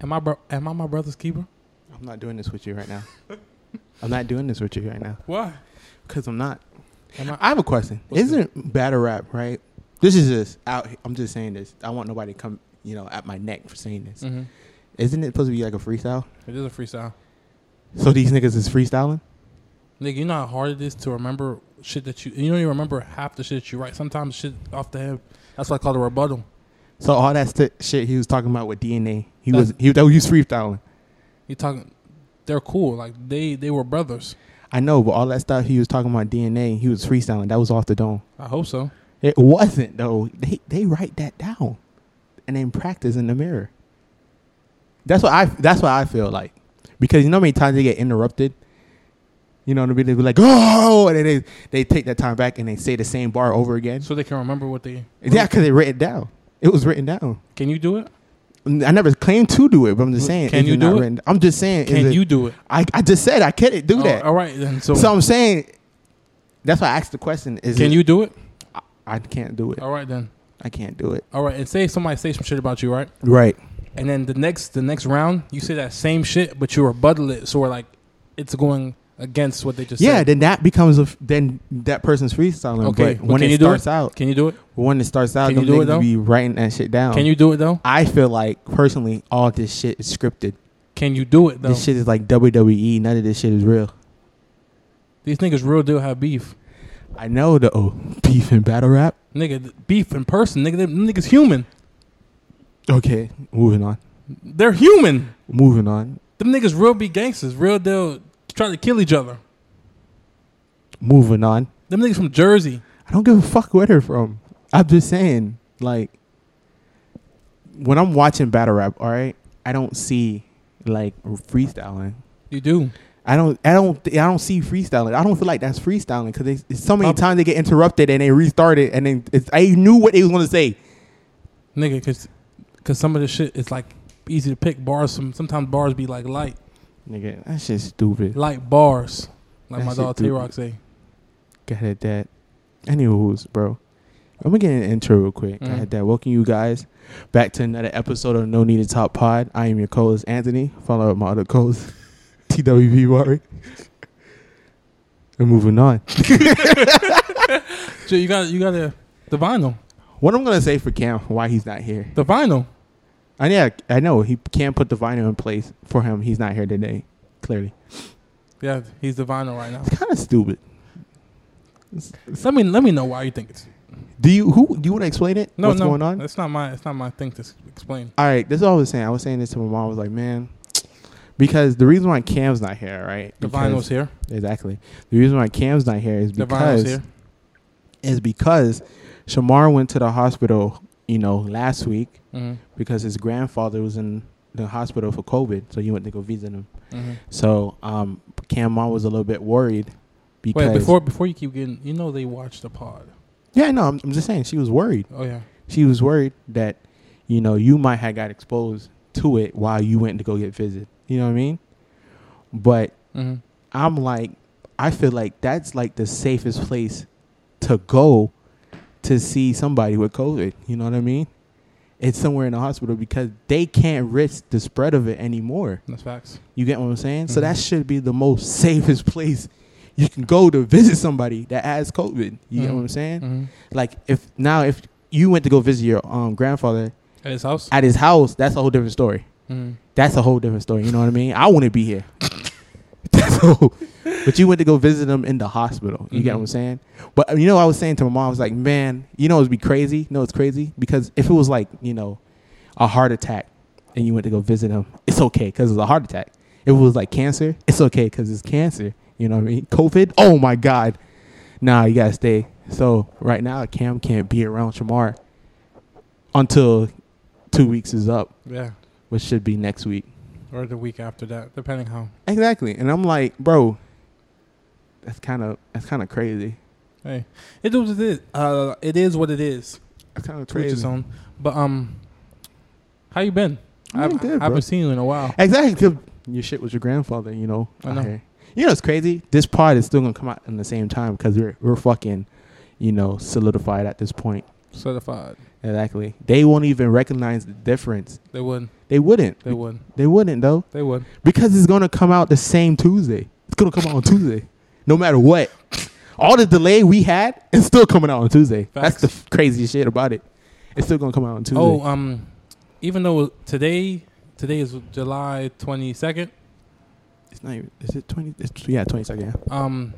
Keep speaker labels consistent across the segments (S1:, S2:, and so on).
S1: Am I bro- am I my brother's keeper?
S2: I'm not doing this with you right now. I'm not doing this with you right now
S1: Why?
S2: because I'm not.
S1: Am I?
S2: I have a question.
S1: What's
S2: Isn't battle rap right? This is just out. I'm just saying this. I want nobody to come, you know, at my neck for saying this.
S1: Mhm.
S2: Isn't it supposed to be like a freestyle?
S1: It is a freestyle,
S2: So these niggas is freestyling.
S1: nigga. You know how hard it is to remember shit that you you don't even remember half the shit you write. Sometimes shit off the head. That's what I call the rebuttal.
S2: So all that st- shit he was talking about with DNA, he
S1: That's-
S2: was he that was freestyling.
S1: You talking? They're cool. Like they they were brothers.
S2: I know, but all that stuff he was talking about DNA, he was freestyling. That was off the dome.
S1: I hope so.
S2: It wasn't though. They they write that down, and then practice in the mirror. That's what I. That's what I feel like, because you know how many times they get interrupted. You know, and they be like, "Oh," and then they they take that time back and they say the same bar over again.
S1: So um, they can remember what they.
S2: Yeah, because they written it down. It was written down.
S1: Can you do it?
S2: I never claimed to do it, but I'm just
S1: Well,
S2: saying.
S1: can
S2: is
S1: you
S2: not
S1: do it?
S2: written- I'm just saying. is
S1: Can
S2: it-
S1: you do it?
S2: I, I just said I couldn't do
S1: Oh,
S2: that.
S1: all right then. So,
S2: so, I'm saying. That's why I asked the question. Is
S1: can
S2: it-
S1: you Oh. do it?
S2: I, I can't do it.
S1: All right then.
S2: I can't do it.
S1: All right. And say somebody say some shit about you, right?
S2: Right.
S1: And then the next the next round, you say that same shit, but you rebuttal it. So we're like, it's going against what they just
S2: Yeah,
S1: said.
S2: then that becomes a f- then that person's freestyling.
S1: Okay,
S2: but
S1: but
S2: when
S1: can
S2: it
S1: you do
S2: starts out,
S1: Can you do it?
S2: when it starts out,
S1: Can you
S2: them
S1: do it,
S2: niggas
S1: though?
S2: be writing that shit down.
S1: Can you do it though?
S2: I feel like personally, all this shit is scripted.
S1: Can you do it though?
S2: This shit is like WWE. None of this shit is real.
S1: These niggas real deal have beef.
S2: I know the oh, beef and battle rap.
S1: Nigga, th- beef in person. Nigga, them niggas human.
S2: Okay, moving on.
S1: They're human.
S2: Moving on.
S1: Them niggas real be gangsters. Real deal try to kill each other.
S2: Moving on.
S1: Them niggas from Jersey.
S2: I don't give a fuck where they're from. I'm just saying, like, when I'm watching battle rap, all right, I don't see like freestyling.
S1: You do.
S2: I don't, I don't, I don't see freestyling. I don't feel like that's freestyling because it's so many
S1: Probably.
S2: times they get interrupted and they restart it, and then it's, I knew what they was gonna say.
S1: Nigga, cause, cause some of this shit is like easy to pick bars from sometimes bars be like light.
S2: Nigga, that shit's stupid.
S1: Light bars. Like
S2: That
S1: my
S2: shit
S1: dog
S2: do-
S1: T Rock say.
S2: God at that. Anywho's, bro. I'm gonna get an intro real quick.
S1: Mm.
S2: God at that. Welcome you guys back to another episode of No Need to Top Pod. I am your co-host Anthony. Follow up my other co-host TWP Warwick. and moving on.
S1: So you got you got to the vinyl.
S2: What I'm gonna say for Cam, why he's not here.
S1: The vinyl.
S2: I yeah, I know he can't put the vinyl in place for him. He's not here today. Clearly,
S1: Yeah, he's the vinyl right now.
S2: it's kind of stupid.
S1: Let me let me know why you think it's
S2: Do you who do you want to explain it?
S1: no
S2: what's
S1: no.
S2: going on?
S1: It's not my it's not my thing to s- explain.
S2: All right, this is all I was saying. I was saying this to my mom. I was like, man, because the reason why Cam's not here, right?
S1: The
S2: because-
S1: vinyl's here.
S2: exactly. The reason why Cam's not here is
S1: The vinyl's
S2: because
S1: here.
S2: is because Shamar went to the hospital, you know, last week
S1: Mm-hmm.
S2: because his grandfather was in the hospital for COVID, so he went to go visit him.
S1: Mm-hmm.
S2: So, um, Cam mom was a little bit worried because
S1: Wait before before you keep getting you know they watch the pod.
S2: Yeah, no, I'm, I'm just saying she was worried.
S1: Oh yeah.
S2: She was worried that, you know, you might have got exposed to it while you went to go get visited. You know what I mean? But
S1: Mm-hmm.
S2: I'm like, I feel like that's like the safest place to go to see somebody with COVID. You know what I mean? It's somewhere in the hospital because they can't risk the spread of it anymore.
S1: That's facts.
S2: You get what I'm saying? So that
S1: Mhm.
S2: should be the most safest place you can go to visit somebody that has COVID. You get
S1: Mhm.
S2: what I'm saying?
S1: Mm-hmm.
S2: Like if now if you went to go visit your um grandfather
S1: At his house.
S2: at his house, that's a whole different story.
S1: Mm-hmm.
S2: That's a whole different story. You know what I mean? I wouldn't be here. That's a whole- but you went to go visit him in the hospital. You get
S1: Mhm.
S2: what I'm saying? But uh, you know, I was saying to my mom, I was like, man, you know, it'd be crazy. No, it's crazy because if it was like you know, a heart attack, and you went to go visit him, it's okay because it's a heart attack. If it was like cancer, it's okay because it's cancer. You know what I mean? COVID, oh my god, nah, you gotta stay. So right now, Cam can't be around Shamar until two weeks is up,
S1: Yeah.
S2: which should be next week.
S1: Or the week after that, depending how.
S2: Exactly. And I'm like, bro, that's kind of that's kind of crazy.
S1: Hey, it is what it is. Uh, it is what it is.
S2: That's kind of
S1: To each his own. But um, how you been?
S2: I'm
S1: I've-
S2: good,
S1: I haven't
S2: bro.
S1: seen you in a while.
S2: Exactly. 'cause your shit was your grandfather, you know.
S1: I
S2: out
S1: know.
S2: here. You know, it's crazy. This pod is still gonna come out in the same time because we're we're fucking, you know, solidified at this point.
S1: certified.
S2: Exactly. They won't even recognize the difference.
S1: They wouldn't.
S2: They wouldn't.
S1: They wouldn't.
S2: They wouldn't though,
S1: They wouldn't.
S2: because it's gonna come out the same Tuesday. It's gonna come out on Tuesday, no matter what. All the delay we had, it's still coming out on Tuesday. That's
S1: Facts.
S2: the f- craziest shit about it. It's still gonna come out on Tuesday.
S1: Oh, um, even though today today is July twenty second.
S2: it's not even. Is it twenty? It's, yeah, twenty second.
S1: Um,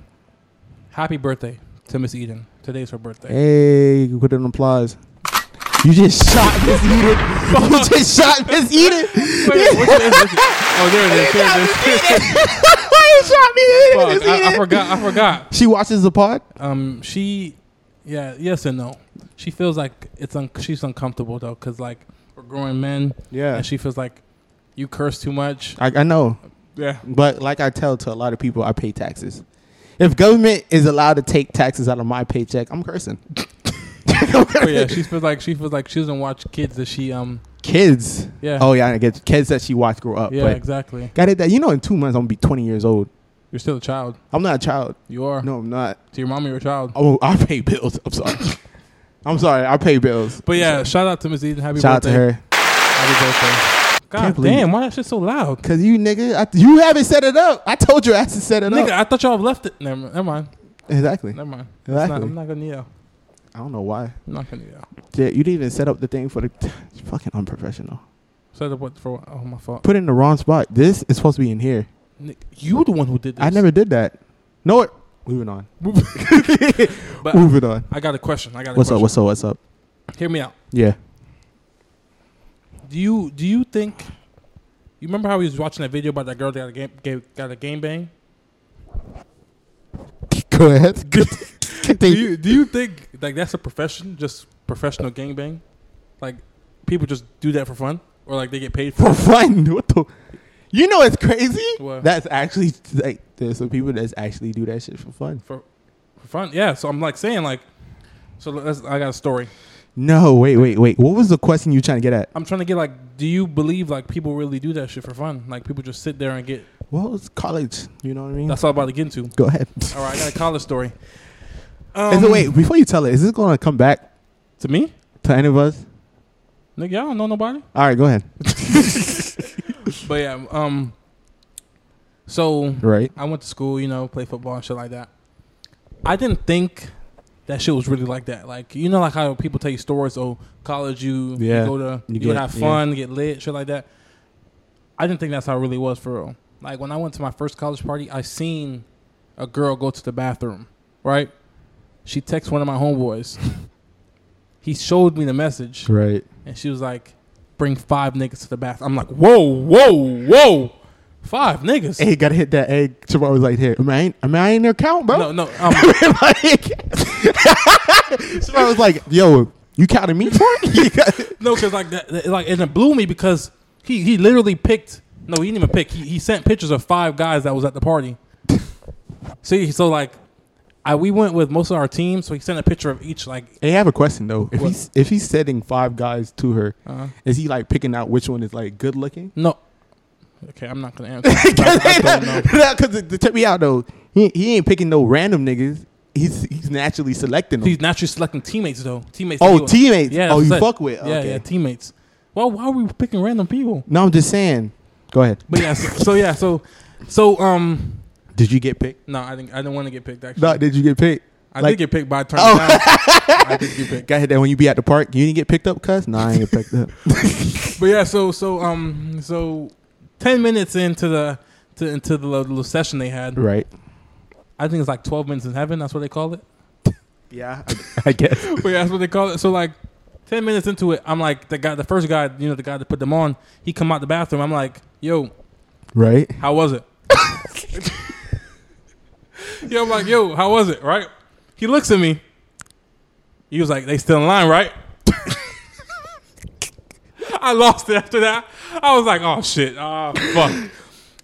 S1: happy birthday to Miss Eden. Today's her birthday.
S2: Hey, put an applause. You just shot Miss Eden. you just shot Miss Eden.
S1: Wait, wait, which one is this? Oh, there it is. There it is.
S2: Why you shot me?
S1: Fuck, I, I forgot. I forgot.
S2: She watches the pod.
S1: Um, she, yeah, yes and no. She feels like it's un- she's uncomfortable though, cause like we're growing men,
S2: Yeah,
S1: and she feels like you curse too much.
S2: I, I know.
S1: Yeah,
S2: But like I tell to a lot of people, I pay taxes. If government is allowed to take taxes out of my paycheck, I'm cursing.
S1: but Oh, yeah, she feels like she feels like she doesn't watch kids that she um.
S2: kids.
S1: Yeah.
S2: Oh yeah, I get kids that she watched grow up.
S1: yeah,
S2: but
S1: exactly.
S2: got it. That you know, in two months I'm gonna be 20 years old.
S1: You're still a child.
S2: I'm not a child.
S1: You are.
S2: No, I'm not.
S1: To your mom, you're a child.
S2: Oh, I pay bills. I'm sorry. I'm sorry. I pay bills.
S1: But yeah, shout out to Miss Eden. Happy
S2: Shout out
S1: birthday.
S2: to her.
S1: Happy birthday. God
S2: Can't believe-
S1: damn, why that shit so loud?
S2: Cause you nigga, I, you haven't set it up. I told your ass to set it
S1: Nigga,
S2: up.
S1: I thought y'all left it. Never, never mind.
S2: Exactly.
S1: Never mind. It's
S2: Exactly.
S1: Not, I'm not gonna yell.
S2: I don't know why.
S1: I'm not gonna yell.
S2: Yeah, you didn't even set up the thing for the. fucking unprofessional.
S1: Set up what for? Oh my fault.
S2: Put it in the wrong spot. This is supposed to be in here.
S1: Nick, you the one who did this.
S2: I never did that. No, it. Moving on.
S1: But
S2: Moving on.
S1: I got a question. Uh, I got a
S2: What's
S1: question.
S2: up? What's up? What's up?
S1: Hear me out.
S2: Yeah.
S1: Do you do you think? You remember how we was watching that video about that girl that got a game gave, got a game bang?
S2: Go ahead.
S1: Do you do you think like that's a profession? Just professional game bang? Like people just do that for fun, or like they get paid for?
S2: for
S1: it?
S2: fun. What the? You know it's crazy.
S1: What?
S2: That's actually like there's some people that's actually do that shit for fun.
S1: for for fun. Yeah, so I'm like saying like, so that's, I got a story.
S2: No, wait, wait, wait. What was the question you trying to get at?
S1: I'm trying to get like, do you believe like people really do that shit for fun? Like people just sit there and get.
S2: Well, it's college. You know what I mean?
S1: That's all I'm about to get into.
S2: Go ahead.
S1: All right, I got a college story. Um,
S2: Is it, wait, before you tell it, is this going to come back
S1: to me,
S2: to any of us?
S1: nigga, y'all don't know nobody.
S2: All right, go ahead.
S1: But yeah, um, so
S2: Right.
S1: I went to school, you know, play football and shit like that. I didn't think that shit was really like that. Like you know, like how people tell you stories. Oh, college, you, you
S2: Yeah.
S1: go to
S2: You
S1: you,
S2: get-
S1: have fun, get lit, shit like that. I didn't think that's how it really was for real. Like when I went to my first college party, I seen a girl go to the bathroom. Right, she texts one of my homeboys. he showed me the message,
S2: Right.
S1: and she was like, "Bring five niggas to the bathroom." I'm like, "Whoa, whoa, whoa, five niggas."
S2: Hey, gotta hit that egg. Tomorrow's like, here. I mean, I ain't, I mean, I ain't their count,
S1: No,
S2: bro.
S1: no. Um,
S2: like, Somebody was like, yo, you counted me for it?
S1: No, because like that, that- like and it blew me because he he literally picked. No, he didn't even pick. He, he sent pictures of five guys that was at the party. See, so like, I we went with most of our team, so he sent a picture of each. Like,
S2: hey, I have a question, though. If
S1: What?
S2: he's, if he's sending five guys to her,
S1: uh,
S2: is he like picking out which one is like good looking?
S1: no, okay, I'm not gonna answer. I, I don't know.
S2: Because check me out, though. He, he ain't picking no random niggas. He's, he's naturally selecting them.
S1: He's naturally selecting teammates though. Teammates. that
S2: Oh,
S1: he was-
S2: teammates.
S1: Yeah.
S2: Oh,
S1: that's
S2: you
S1: it.
S2: fuck with.
S1: Yeah,
S2: Okay.
S1: yeah, teammates. Well, why are we picking random people?
S2: No, I'm just saying. Go ahead.
S1: But yeah, so, so yeah, so so um,
S2: Did you get picked?
S1: no, I didn't. I didn't want to get picked. Actually,
S2: No, did you get picked?
S1: I
S2: like-
S1: did get picked, but I turned
S2: Oh.
S1: it down. I did get picked.
S2: Got hit that when you be at the park, you didn't get picked up, cuz? Nah, I ain't get picked up.
S1: But yeah, so so um so ten minutes into the to, into the little, little session they had,
S2: right.
S1: I think it's like twelve minutes in heaven. That's what they call it.
S2: Yeah, I, I guess.
S1: But yeah, that's what they call it. So like ten minutes into it, I'm like the guy, the first guy, you know, the guy that put them on. He come out the bathroom. I'm like, yo,
S2: Right?
S1: how was it? yo, I'm like, yo, how was it? Right? He looks at me. He was like, they still in line, right? I lost it after that. I was like, oh shit, oh fuck.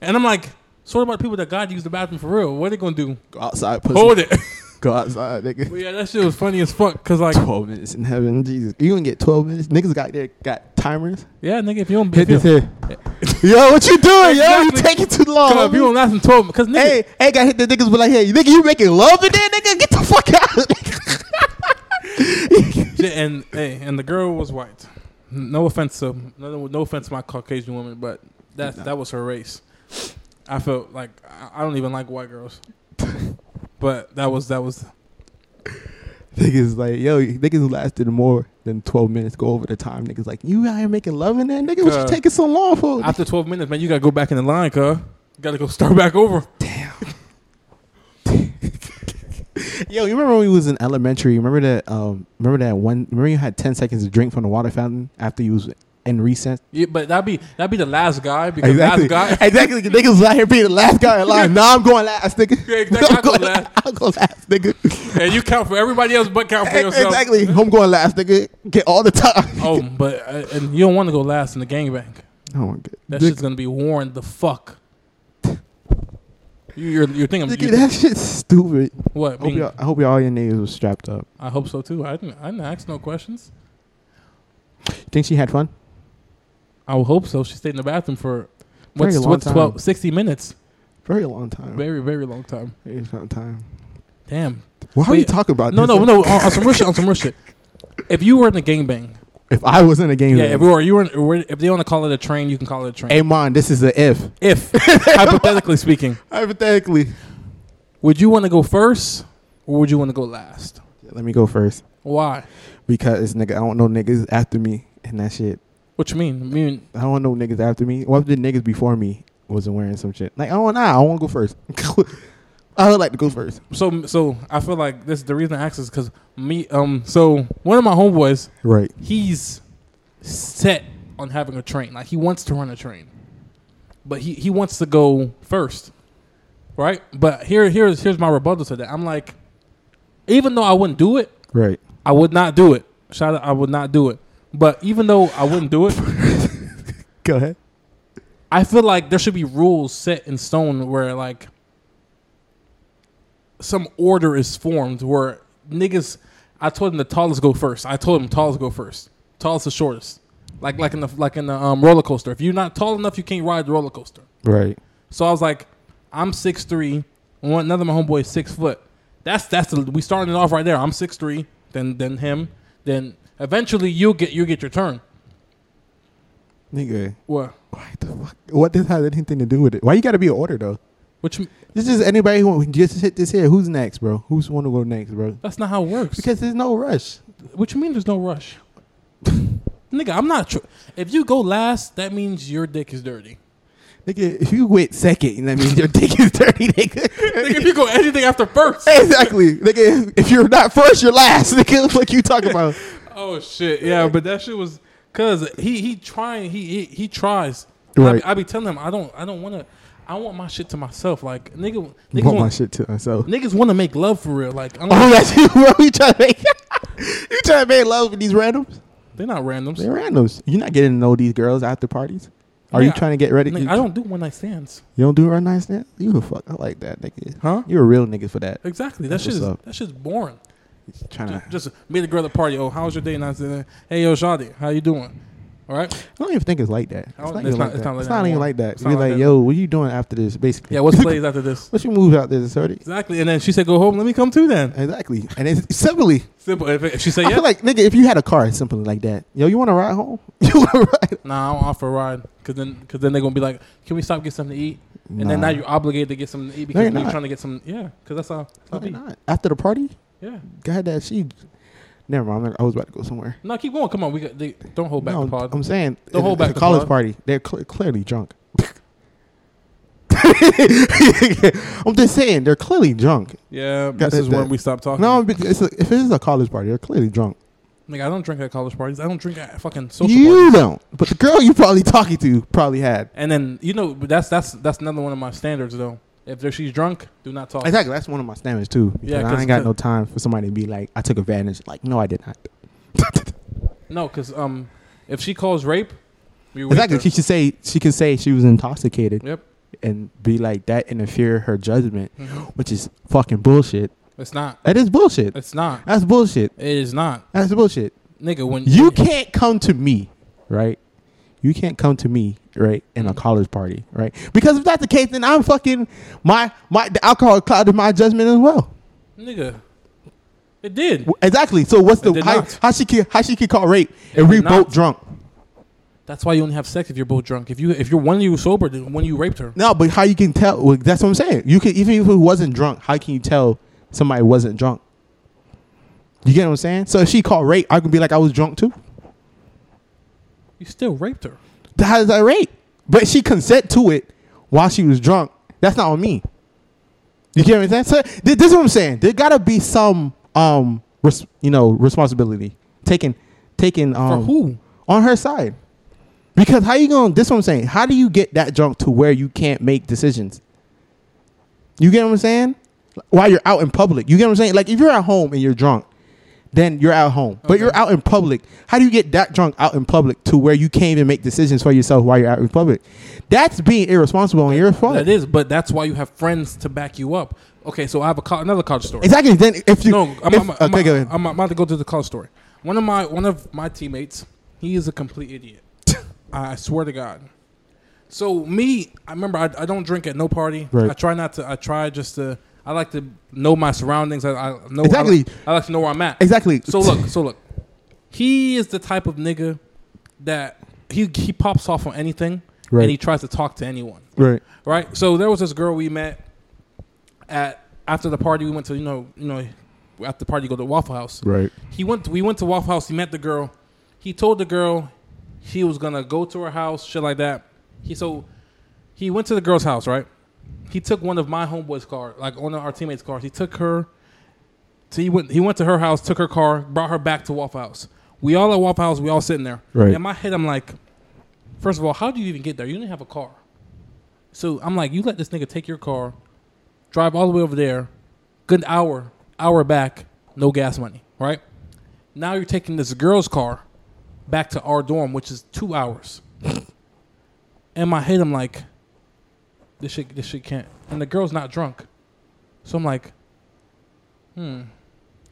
S1: And I'm like, so what about people that got to use the bathroom for real? What are they gonna do?
S2: Go outside, pussy.
S1: Hold it.
S2: Go outside, nigga.
S1: but yeah, that shit was funny as fuck. Cause like,
S2: 12 minutes in heaven. Jesus. You gonna get 12 minutes? Niggas got there, got timers.
S1: yeah, nigga, if you don't,
S2: Hit
S1: if you,
S2: this here. yo, what you doing? Yo, you
S1: Exactly.
S2: taking too long.
S1: if you
S2: homie.
S1: don't last in twelve, cause nigga,
S2: Hey, hey, got hit the niggas, but like, hey, nigga, you making love in there, nigga? Get the fuck out.
S1: and hey, and the girl was white. No offense to no, no offense to my Caucasian woman, but that that was her race. I felt like I- I don't even like white girls, but that was that was
S2: Niggas like, yo, niggas lasted more than 12 minutes. Go over the time. Niggas like, you out here making love in there? Nigga, what you
S1: Uh,
S2: taking so long for?
S1: after twelve minutes, man. You gotta go back in the line, cuz gotta go start back over.
S2: yo, you remember when we was in elementary? Remember that, um, remember that one, remember you had 10 seconds to drink from the water fountain after you was in recess?
S1: Yeah, but that'd be that'd be the last guy because last guy.
S2: exactly. Niggas was out here being the last guy in line. nah, I'm going last, nigga.
S1: Yeah, exactly. I'll go
S2: I'm going
S1: last.
S2: I'll go last, nigga.
S1: and you count for everybody else, but count for yourself.
S2: exactly. I'm going last, nigga. Get all the time.
S1: Oh, but uh, and you don't want to go last in the gangbang.
S2: Oh my god.
S1: That
S2: Nigga,
S1: shit's gonna be worn the fuck. You, you're you're thinking
S2: nigga,
S1: you-
S2: that shit's stupid.
S1: what?
S2: I hope,
S1: being-
S2: y'all, I hope y'all your niggas was strapped up.
S1: I hope so too. I didn't I didn't ask no questions.
S2: Think she had fun?
S1: I would hope so. She stayed in the bathroom for
S2: Very
S1: what's
S2: long
S1: what's
S2: time.
S1: 12, 60 minutes.
S2: Very long time.
S1: Very
S2: Very,
S1: very long time.
S2: long time.
S1: Damn.
S2: Why are
S1: Wait,
S2: we talking about
S1: No
S2: this?
S1: no no. On, on some real shit. On some real shit. If you were in the gangbang,
S2: If I was in a game,
S1: yeah. If we were, you were. in- were- If they want to call it a train, you can call it a train.
S2: hey, man, this is a if.
S1: if hypothetically speaking,
S2: Hypothetically.
S1: would you want to go first or would you want to go last?
S2: Let me go first
S1: Why?
S2: because nigga, I don't know niggas after me and that shit.
S1: What you mean? I mean,
S2: I don't know niggas after me. What if the niggas before me wasn't wearing some shit? Like, oh nah, I want to go first. I would like to go first.
S1: so so I feel like this the reason I asked is because me um so one of my homeboys
S2: Right.
S1: he's set on having a train like he wants to run a train, but he he wants to go first, right? But here here's here's my rebuttal to that. I'm like, even though I wouldn't do it,
S2: Right.
S1: I would not do it. Shout out, I would not do it. But even though I wouldn't do it,
S2: Go ahead.
S1: I feel like there should be rules set in stone where like some order is formed where niggas I told him the tallest go first. I told him tallest go first. Tallest to shortest. Like like in the like in the um, roller coaster. If you're not tall enough, you can't ride the roller coaster.
S2: Right.
S1: So I was like, I'm six three. One another my homeboy is six foot. That's that's the, we starting it off right there. I'm six three. Then then him. Then eventually you'll get you will get your turn.
S2: Nigga,
S1: What?
S2: why the fuck? What this has anything to do with it? Why you gotta be an order though?
S1: Which
S2: This is anybody who just hit this here. Who's next, bro? Who's want to go next, bro?
S1: that's not how it works.
S2: Because there's no rush.
S1: What you mean there's no rush? Nigga, I'm not. Tr- if you go last, that means your dick is dirty.
S2: Nigga, if you wait second, that means your dick is dirty, nigga.
S1: Nigga, if you go anything after first.
S2: exactly. Nigga, if you're not first, you're last. Nigga, what you talking about?
S1: Oh shit, yeah, but that shit was cause he he trying he he, he tries.
S2: Right.
S1: I, I be telling him I don't I don't want to. I want my shit to myself. Like nigga, niggas
S2: Want my
S1: want,
S2: shit to myself.
S1: niggas want to make love for real. Like I'm
S2: Oh, that's you, bro. You trying to make you trying to make love with these randoms?
S1: they're not randoms.
S2: They're randoms. You're not getting to know these girls after parties. Are you
S1: Nigga,
S2: trying to get ready?
S1: Nigga,
S2: you,
S1: I don't do one night stands.
S2: You don't do run night stand? You a fuck. I like that, nigga.
S1: Huh?
S2: You a real nigga for that.
S1: Exactly. That
S2: That's
S1: shit is,
S2: what's up. Ah.
S1: that shit's boring.
S2: Trying to.
S1: Just, just meet a girl at the party. Oh, how was your day? And I said, hey yo, Shadi, how you doing? All right.
S2: I don't even think it's like that. It's
S1: I don't-
S2: not,
S1: it's not-
S2: even like
S1: it's
S2: that.
S1: not like
S2: it's
S1: that
S2: not even
S1: anymore.
S2: like that.
S1: It's
S2: You
S1: not
S2: be
S1: like that.
S2: like, yo, what you doing after this? Basically,
S1: Yeah, what's plays after this?
S2: What's your move out there, Sordy?
S1: Exactly. And then she said, "Go home. Let me come too." Then
S2: Exactly, and it's simply.
S1: simple. If, if she said,
S2: I
S1: "Yeah,"
S2: feel like nigga, if you had a car, it's simple like that. Yo, you want to ride home? You want to ride?
S1: nah, I don't offer a ride because then because then they're gonna be like, "Can we stop and get something to eat?" And then
S2: Nah.
S1: now you're obligated to get something to eat
S2: No,
S1: because
S2: you're
S1: you're
S2: not.
S1: trying to get some. Yeah, because that's how. That's how
S2: No,
S1: it be.
S2: not. After the party,
S1: Yeah.
S2: God, that she. Never mind. I'm not- I was about to go somewhere.
S1: No, keep going. Come on. We got, they, don't hold back
S2: No,
S1: the pod.
S2: I'm saying
S1: Don't
S2: it's-
S1: hold
S2: it's
S1: back
S2: a
S1: the
S2: college
S1: pod.
S2: party. They're cl- clearly drunk. I'm just saying they're clearly drunk.
S1: yeah,
S2: Got
S1: this is
S2: that-
S1: when
S2: that-
S1: we stop talking.
S2: No, but it's a, if it is a college party, they're clearly drunk.
S1: like I don't drink at college parties. I don't drink at fucking social
S2: you
S1: parties.
S2: don't, but the girl you probably talking to probably had.
S1: And then you know but that's that's that's another one of my standards though. If there- she's drunk, do not talk.
S2: Exactly, that's one of my standards too.
S1: Oh.
S2: Because
S1: Yeah, 'cause-
S2: I ain't got no time for somebody to be like, I took advantage. Like, no, I did not.
S1: No, because um, if she calls rape, we rape
S2: Exactly,
S1: her.
S2: she should say she can say she was intoxicated
S1: Yep.
S2: and be like that interfere her judgment,
S1: Mhm.
S2: which is fucking bullshit.
S1: It's not.
S2: That is bullshit.
S1: It's not.
S2: That's bullshit.
S1: It is not.
S2: That's bullshit.
S1: Nigga, when
S2: You can't come to me, right? You can't come to me, right, in a college party, right? Because if that's the case, then I'm fucking my my the alcohol clouded my judgment as well.
S1: nigga, It did.
S2: Exactly. So what's the
S1: did
S2: how,
S1: not.
S2: how she can how she can call rape
S1: It
S2: and we
S1: did
S2: both
S1: not.
S2: drunk?
S1: That's why you only have sex if you're both drunk. If you if you're one of you sober, then one of you raped her.
S2: No, but how you can tell? Well, that's what I'm saying. You can even if it wasn't drunk, how can you tell somebody wasn't drunk? You get what I'm saying? So if she called rape, I can be like I was drunk too.
S1: You still raped her.
S2: How is that rape? But she consent to it while she was drunk. That's not on me. You get what I'm saying? So th- this is what I'm saying. There gotta be some um res- you know responsibility taken taken
S1: For
S2: um
S1: who?
S2: on her side. Because how you going? to This is what I'm saying. How do you get that drunk to where you can't make decisions? You get what I'm saying? While you're out in public, you get what I'm saying. Like if you're at home and you're drunk, then you're at home. But
S1: Okay.
S2: you're out in public. How do you get that drunk out in public to where you can't even make decisions for yourself while you're out in public? That's being irresponsible on your part.
S1: That is, but that's why you have friends to back you up. Okay, so I have a co- another college story.
S2: Exactly. Then if you
S1: No, I'm,
S2: if-
S1: I'm,
S2: okay,
S1: I'm,
S2: go ahead.
S1: I'm about to go to the college story. One of my one of my teammates, he is a complete idiot. I swear to God. So me, I remember I, I don't drink at no party.
S2: Right.
S1: I try not to. I try just to. I like to know my surroundings. I, I know I
S2: Exactly.
S1: like, I like to know where I'm at.
S2: exactly.
S1: So look, so look. He is the type of nigga that he he pops off on anything,
S2: Right.
S1: and he tries to talk to anyone
S2: Right.
S1: right? So there was this girl we met at after the party. We went to you know you know after the party you go to Waffle House.
S2: Right.
S1: He went. we went to Waffle House. He met the girl. He told the girl he was gonna go to her house, shit like that. He so he went to the girl's house, right? He took one of my homeboy's car, like one of our teammates' cars. He took her. So he went. He went to her house, took her car, brought her back to Waffle House. We all at Waffle House. We all sitting there.
S2: Right.
S1: In my head, I'm like, first of all, how do you even get there? You didn't have a car. So I'm like, you let this nigga take your car, drive all the way over there, good hour, hour back, no gas money, right? Now you're taking this girl's car back to our dorm, which is two hours. In my head, I'm like, this shit, this shit can't. And the girl's not drunk, so I'm like, hmm,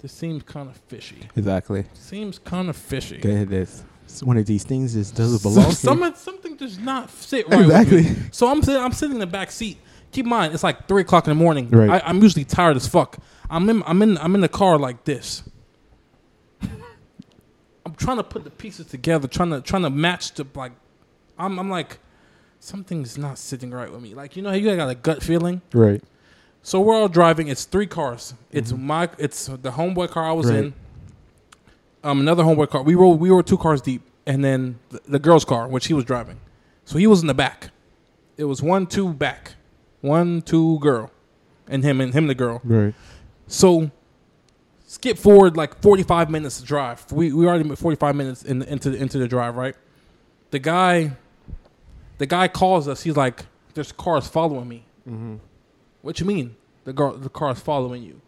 S1: this seems kind of fishy.
S2: Exactly.
S1: Seems kind of fishy.
S2: Go ahead. This. It's one of these things that doesn't
S1: So-
S2: belong. here.
S1: some- something does not sit right. with
S2: Exactly.
S1: me. So I'm sitting, I'm sitting in the back seat. Keep in mind, it's like three o'clock in the morning.
S2: Right.
S1: I, I'm usually tired as fuck. I'm in, I'm in, I'm in the car like this. I'm trying to put the pieces together, trying to, trying to match the like. I'm, I'm like, something's not sitting right with me. Like you know, how you got a gut feeling.
S2: Right.
S1: So we're all driving. It's three cars. It's my. It's the homeboy car I was
S2: Right.
S1: in. Um, another homeboy car. We were we were two cars deep, and then the, the girl's car, which he was driving. So he was in the back. It was one two back, one two girl, and him and him and the girl.
S2: Right.
S1: So skip forward like 45 minutes to drive. We we already made 45 minutes in, into the, into the drive, right? The guy the guy calls us. He's like, "There's cars following me." What you mean? The girl the car's following you.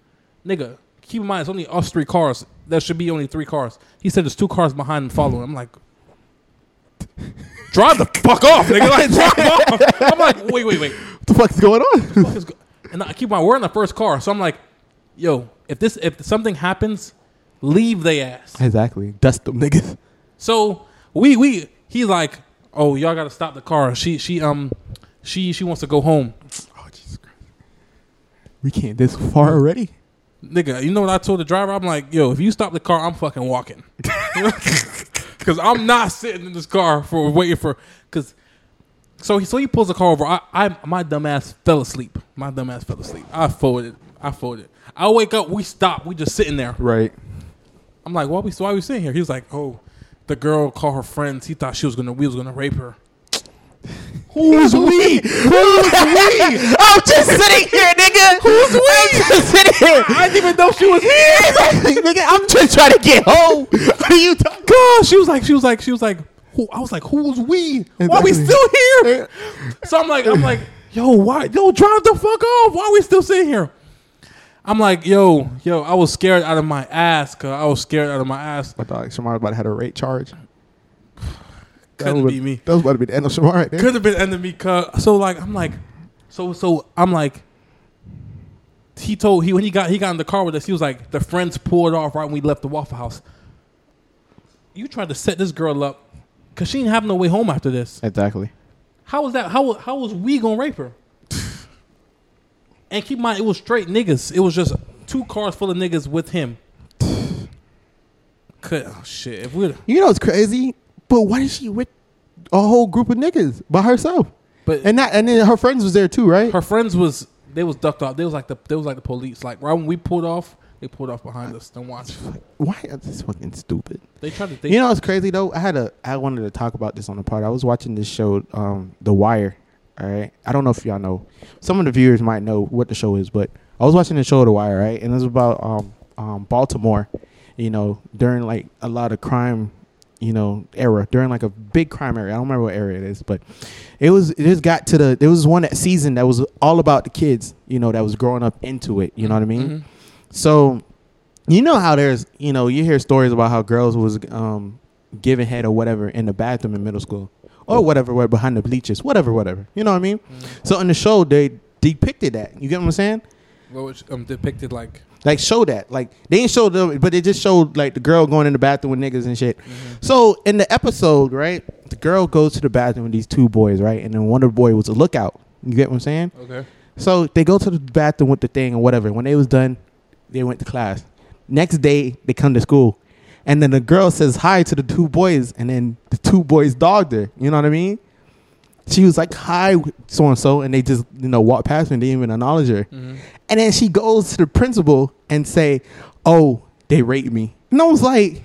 S1: Nigga, keep in mind it's only us three cars. There should be only three cars. He said there's two cars behind him following. I'm like Drive the fuck off, nigga. Like, drive off. I'm like, wait, wait, wait
S2: What the fuck's going on?
S1: fuck is go- and I keep my we're in the first car, so I'm like, yo, if this if something happens, leave they ass.
S2: Exactly. Dust them niggas.
S1: So we we he's like, oh y'all gotta stop the car. She she um she she wants to go home,
S2: Oh Jesus Christ. We can't this far already.
S1: nigga. You know what I told the driver? I'm like, yo, if you stop the car, I'm fucking walking, because I'm not sitting in this car for waiting for because. So he so he pulls the car over. I, I my dumb ass fell asleep. My dumb ass fell asleep. I folded. I folded. I wake up. We stop. We just sitting there.
S2: Right.
S1: I'm like, why we why we sitting here? He was like, oh, the girl called her friends. He thought she was gonna we was gonna rape her.
S2: Who's we? Who's we? I'm just sitting here, nigga. Who's we? I'm just sitting here.
S1: I didn't even know she was here.
S2: nigga, I'm just trying to get home. What are you talking?
S1: God, she was like, she was like, she was like, who? I was like, who's we? Why we still here? So I'm like, I'm like, yo, why? Yo, drive the fuck off. Why we still sitting here? I'm like, yo, yo, I was scared out of my ass. Cause I was scared out of my ass.
S2: My dog Shamar about to have a rate charge.
S1: Couldn't
S2: would-
S1: be me.
S2: That was about to be the end of Shamar right there.
S1: could have been enemy cut. So like I'm like, so so I'm like, he told he when he got he got in the car with us, he was like the friends pulled off right when we left the Waffle House. You tried to set this girl up because she didn't have no way home after this.
S2: Exactly.
S1: How was that? How how was we gonna rape her? and keep in mind, it was straight niggas. It was just two cars full of niggas with him. could. Oh shit! If we,
S2: You know it's crazy, but why is she with a whole group of niggas by herself?
S1: but
S2: And that, and then her friends was there too, right?
S1: her friends was they was ducked off. They was like the they was like the police. Like right when we pulled off, they pulled off behind us and watched.
S2: why is this fucking stupid?
S1: They tried to. They,
S2: You know it's crazy though. I had a I wanted to talk about this on the pod. I was watching this show, um, The Wire. All right, I don't know if y'all know. Some of the viewers might know what the show is, but I was watching the show The Wire, right? And it was about um, um, Baltimore. You know, during like a lot of crime, you know, era during like a big crime area. I don't remember what area it is, but it was it just got to the there was one that season that was all about the kids. You know, that was growing up into it. You know what I mean?
S1: Mhm.
S2: So, you know how there's, you know, you hear stories about how girls was um, giving head or whatever in the bathroom in middle school or whatever, where behind the bleachers, whatever, whatever. You know what I mean?
S1: Mm-hmm.
S2: So in the show, they depicted that. You get what I'm saying?
S1: Well, which um, depicted like
S2: Like show that. Like they didn't show them, but they just showed like the girl going in the bathroom with niggas and shit.
S1: mm-hmm.
S2: So in the episode, right, the girl goes to the bathroom with these two boys, right, and then one of the boy was a lookout. You get what I'm saying?
S1: okay,
S2: So they go to the bathroom with the thing or whatever. When they was done, they went to class. Next day they come to school, and then the girl says hi to the two boys, and then the two boys dogged her. You know what I mean? She was like hi so and so, and they just you know walked past her and didn't even acknowledge her.
S1: Mm-hmm.
S2: And then she goes to the principal and say, "Oh, they raped me." And I was like,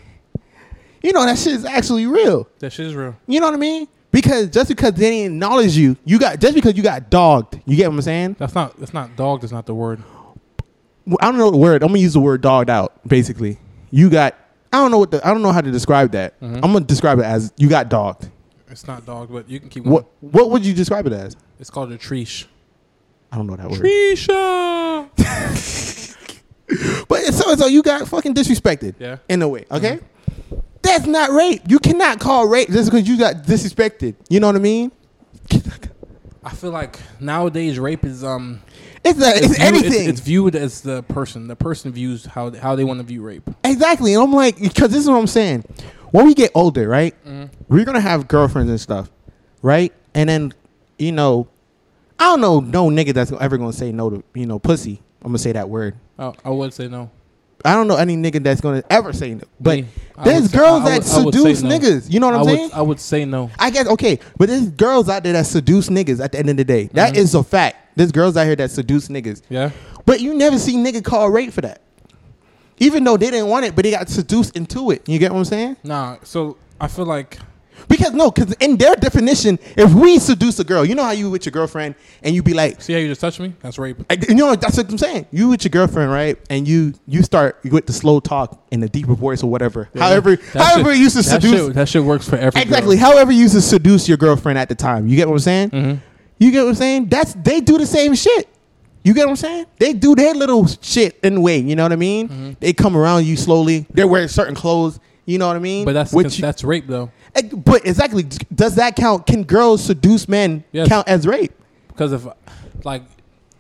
S2: you know that shit is actually real.
S1: that shit is real.
S2: You know what I mean? Because just because they didn't acknowledge you, you got just because you got dogged. You get what I'm saying?
S1: That's not that's not dog. That's not the word.
S2: well, I don't know the word. I'm gonna use the word dogged out. Basically, you got. I don't know what the. I don't know how to describe that.
S1: Mm-hmm.
S2: I'm gonna describe it as you got dogged.
S1: It's not dog, but you can keep.
S2: What
S1: going.
S2: What would you describe it as?
S1: It's called a treesh.
S2: I don't know that word.
S1: Treesha.
S2: But it's so so you got fucking disrespected.
S1: Yeah. Mm-hmm.
S2: In a way, okay. That's not rape. You cannot call rape just because you got disrespected. You know what I mean?
S1: I feel like nowadays rape is um
S2: It's like, it's,
S1: viewed-
S2: anything.
S1: It's, it's viewed as the person. The person views how how they want to view rape.
S2: Exactly. And I'm like, because this is what I'm saying. When we get older, right?
S1: Mm-hmm.
S2: We're going to have girlfriends and stuff, right? And then, you know, I don't know no nigga that's ever going to say no to, you know, pussy. I'm going to say that word.
S1: I, I would say no.
S2: I don't know any nigga that's going to ever say no. But
S1: Me, I
S2: there's
S1: would say-
S2: girls
S1: I would-
S2: that
S1: I would say
S2: seduce
S1: no.
S2: niggas. You know what
S1: I
S2: I'm
S1: would
S2: saying?
S1: I would say no.
S2: I guess okay, but there's girls out there that seduce niggas at the end of the day. That
S1: Mm-hmm.
S2: is a fact. There's girls out here that seduce niggas.
S1: Yeah.
S2: But you never see nigga call rape for that. Even though they didn't want it, but they got seduced into it. You get what I'm saying?
S1: Nah. So I feel like
S2: Because no, because in their definition, if we seduce a girl, you know how you with your girlfriend and you be like,
S1: see how you just touched me. That's rape.
S2: I- you know, that's what I'm saying. You with your girlfriend, right? And you you start with the slow talk and the deeper voice or whatever. however,
S1: That
S2: however
S1: shit-
S2: you used to
S1: that
S2: seduce.
S1: shit, that shit works for every
S2: Exactly.
S1: girl.
S2: However, you used to seduce your girlfriend at the time. You get what I'm saying?
S1: Mm-hmm.
S2: You get what I'm saying? That's they do the same shit. You get what I'm saying? They do their little shit in a way. You know what I mean?
S1: Mm-hmm.
S2: They come around you slowly. They're wearing certain clothes. You know what I mean?
S1: But that's
S2: Which you-
S1: that's rape though.
S2: Eh, But exactly, does that count? Can girls seduce men
S1: Yes.
S2: count as rape?
S1: Because if, like,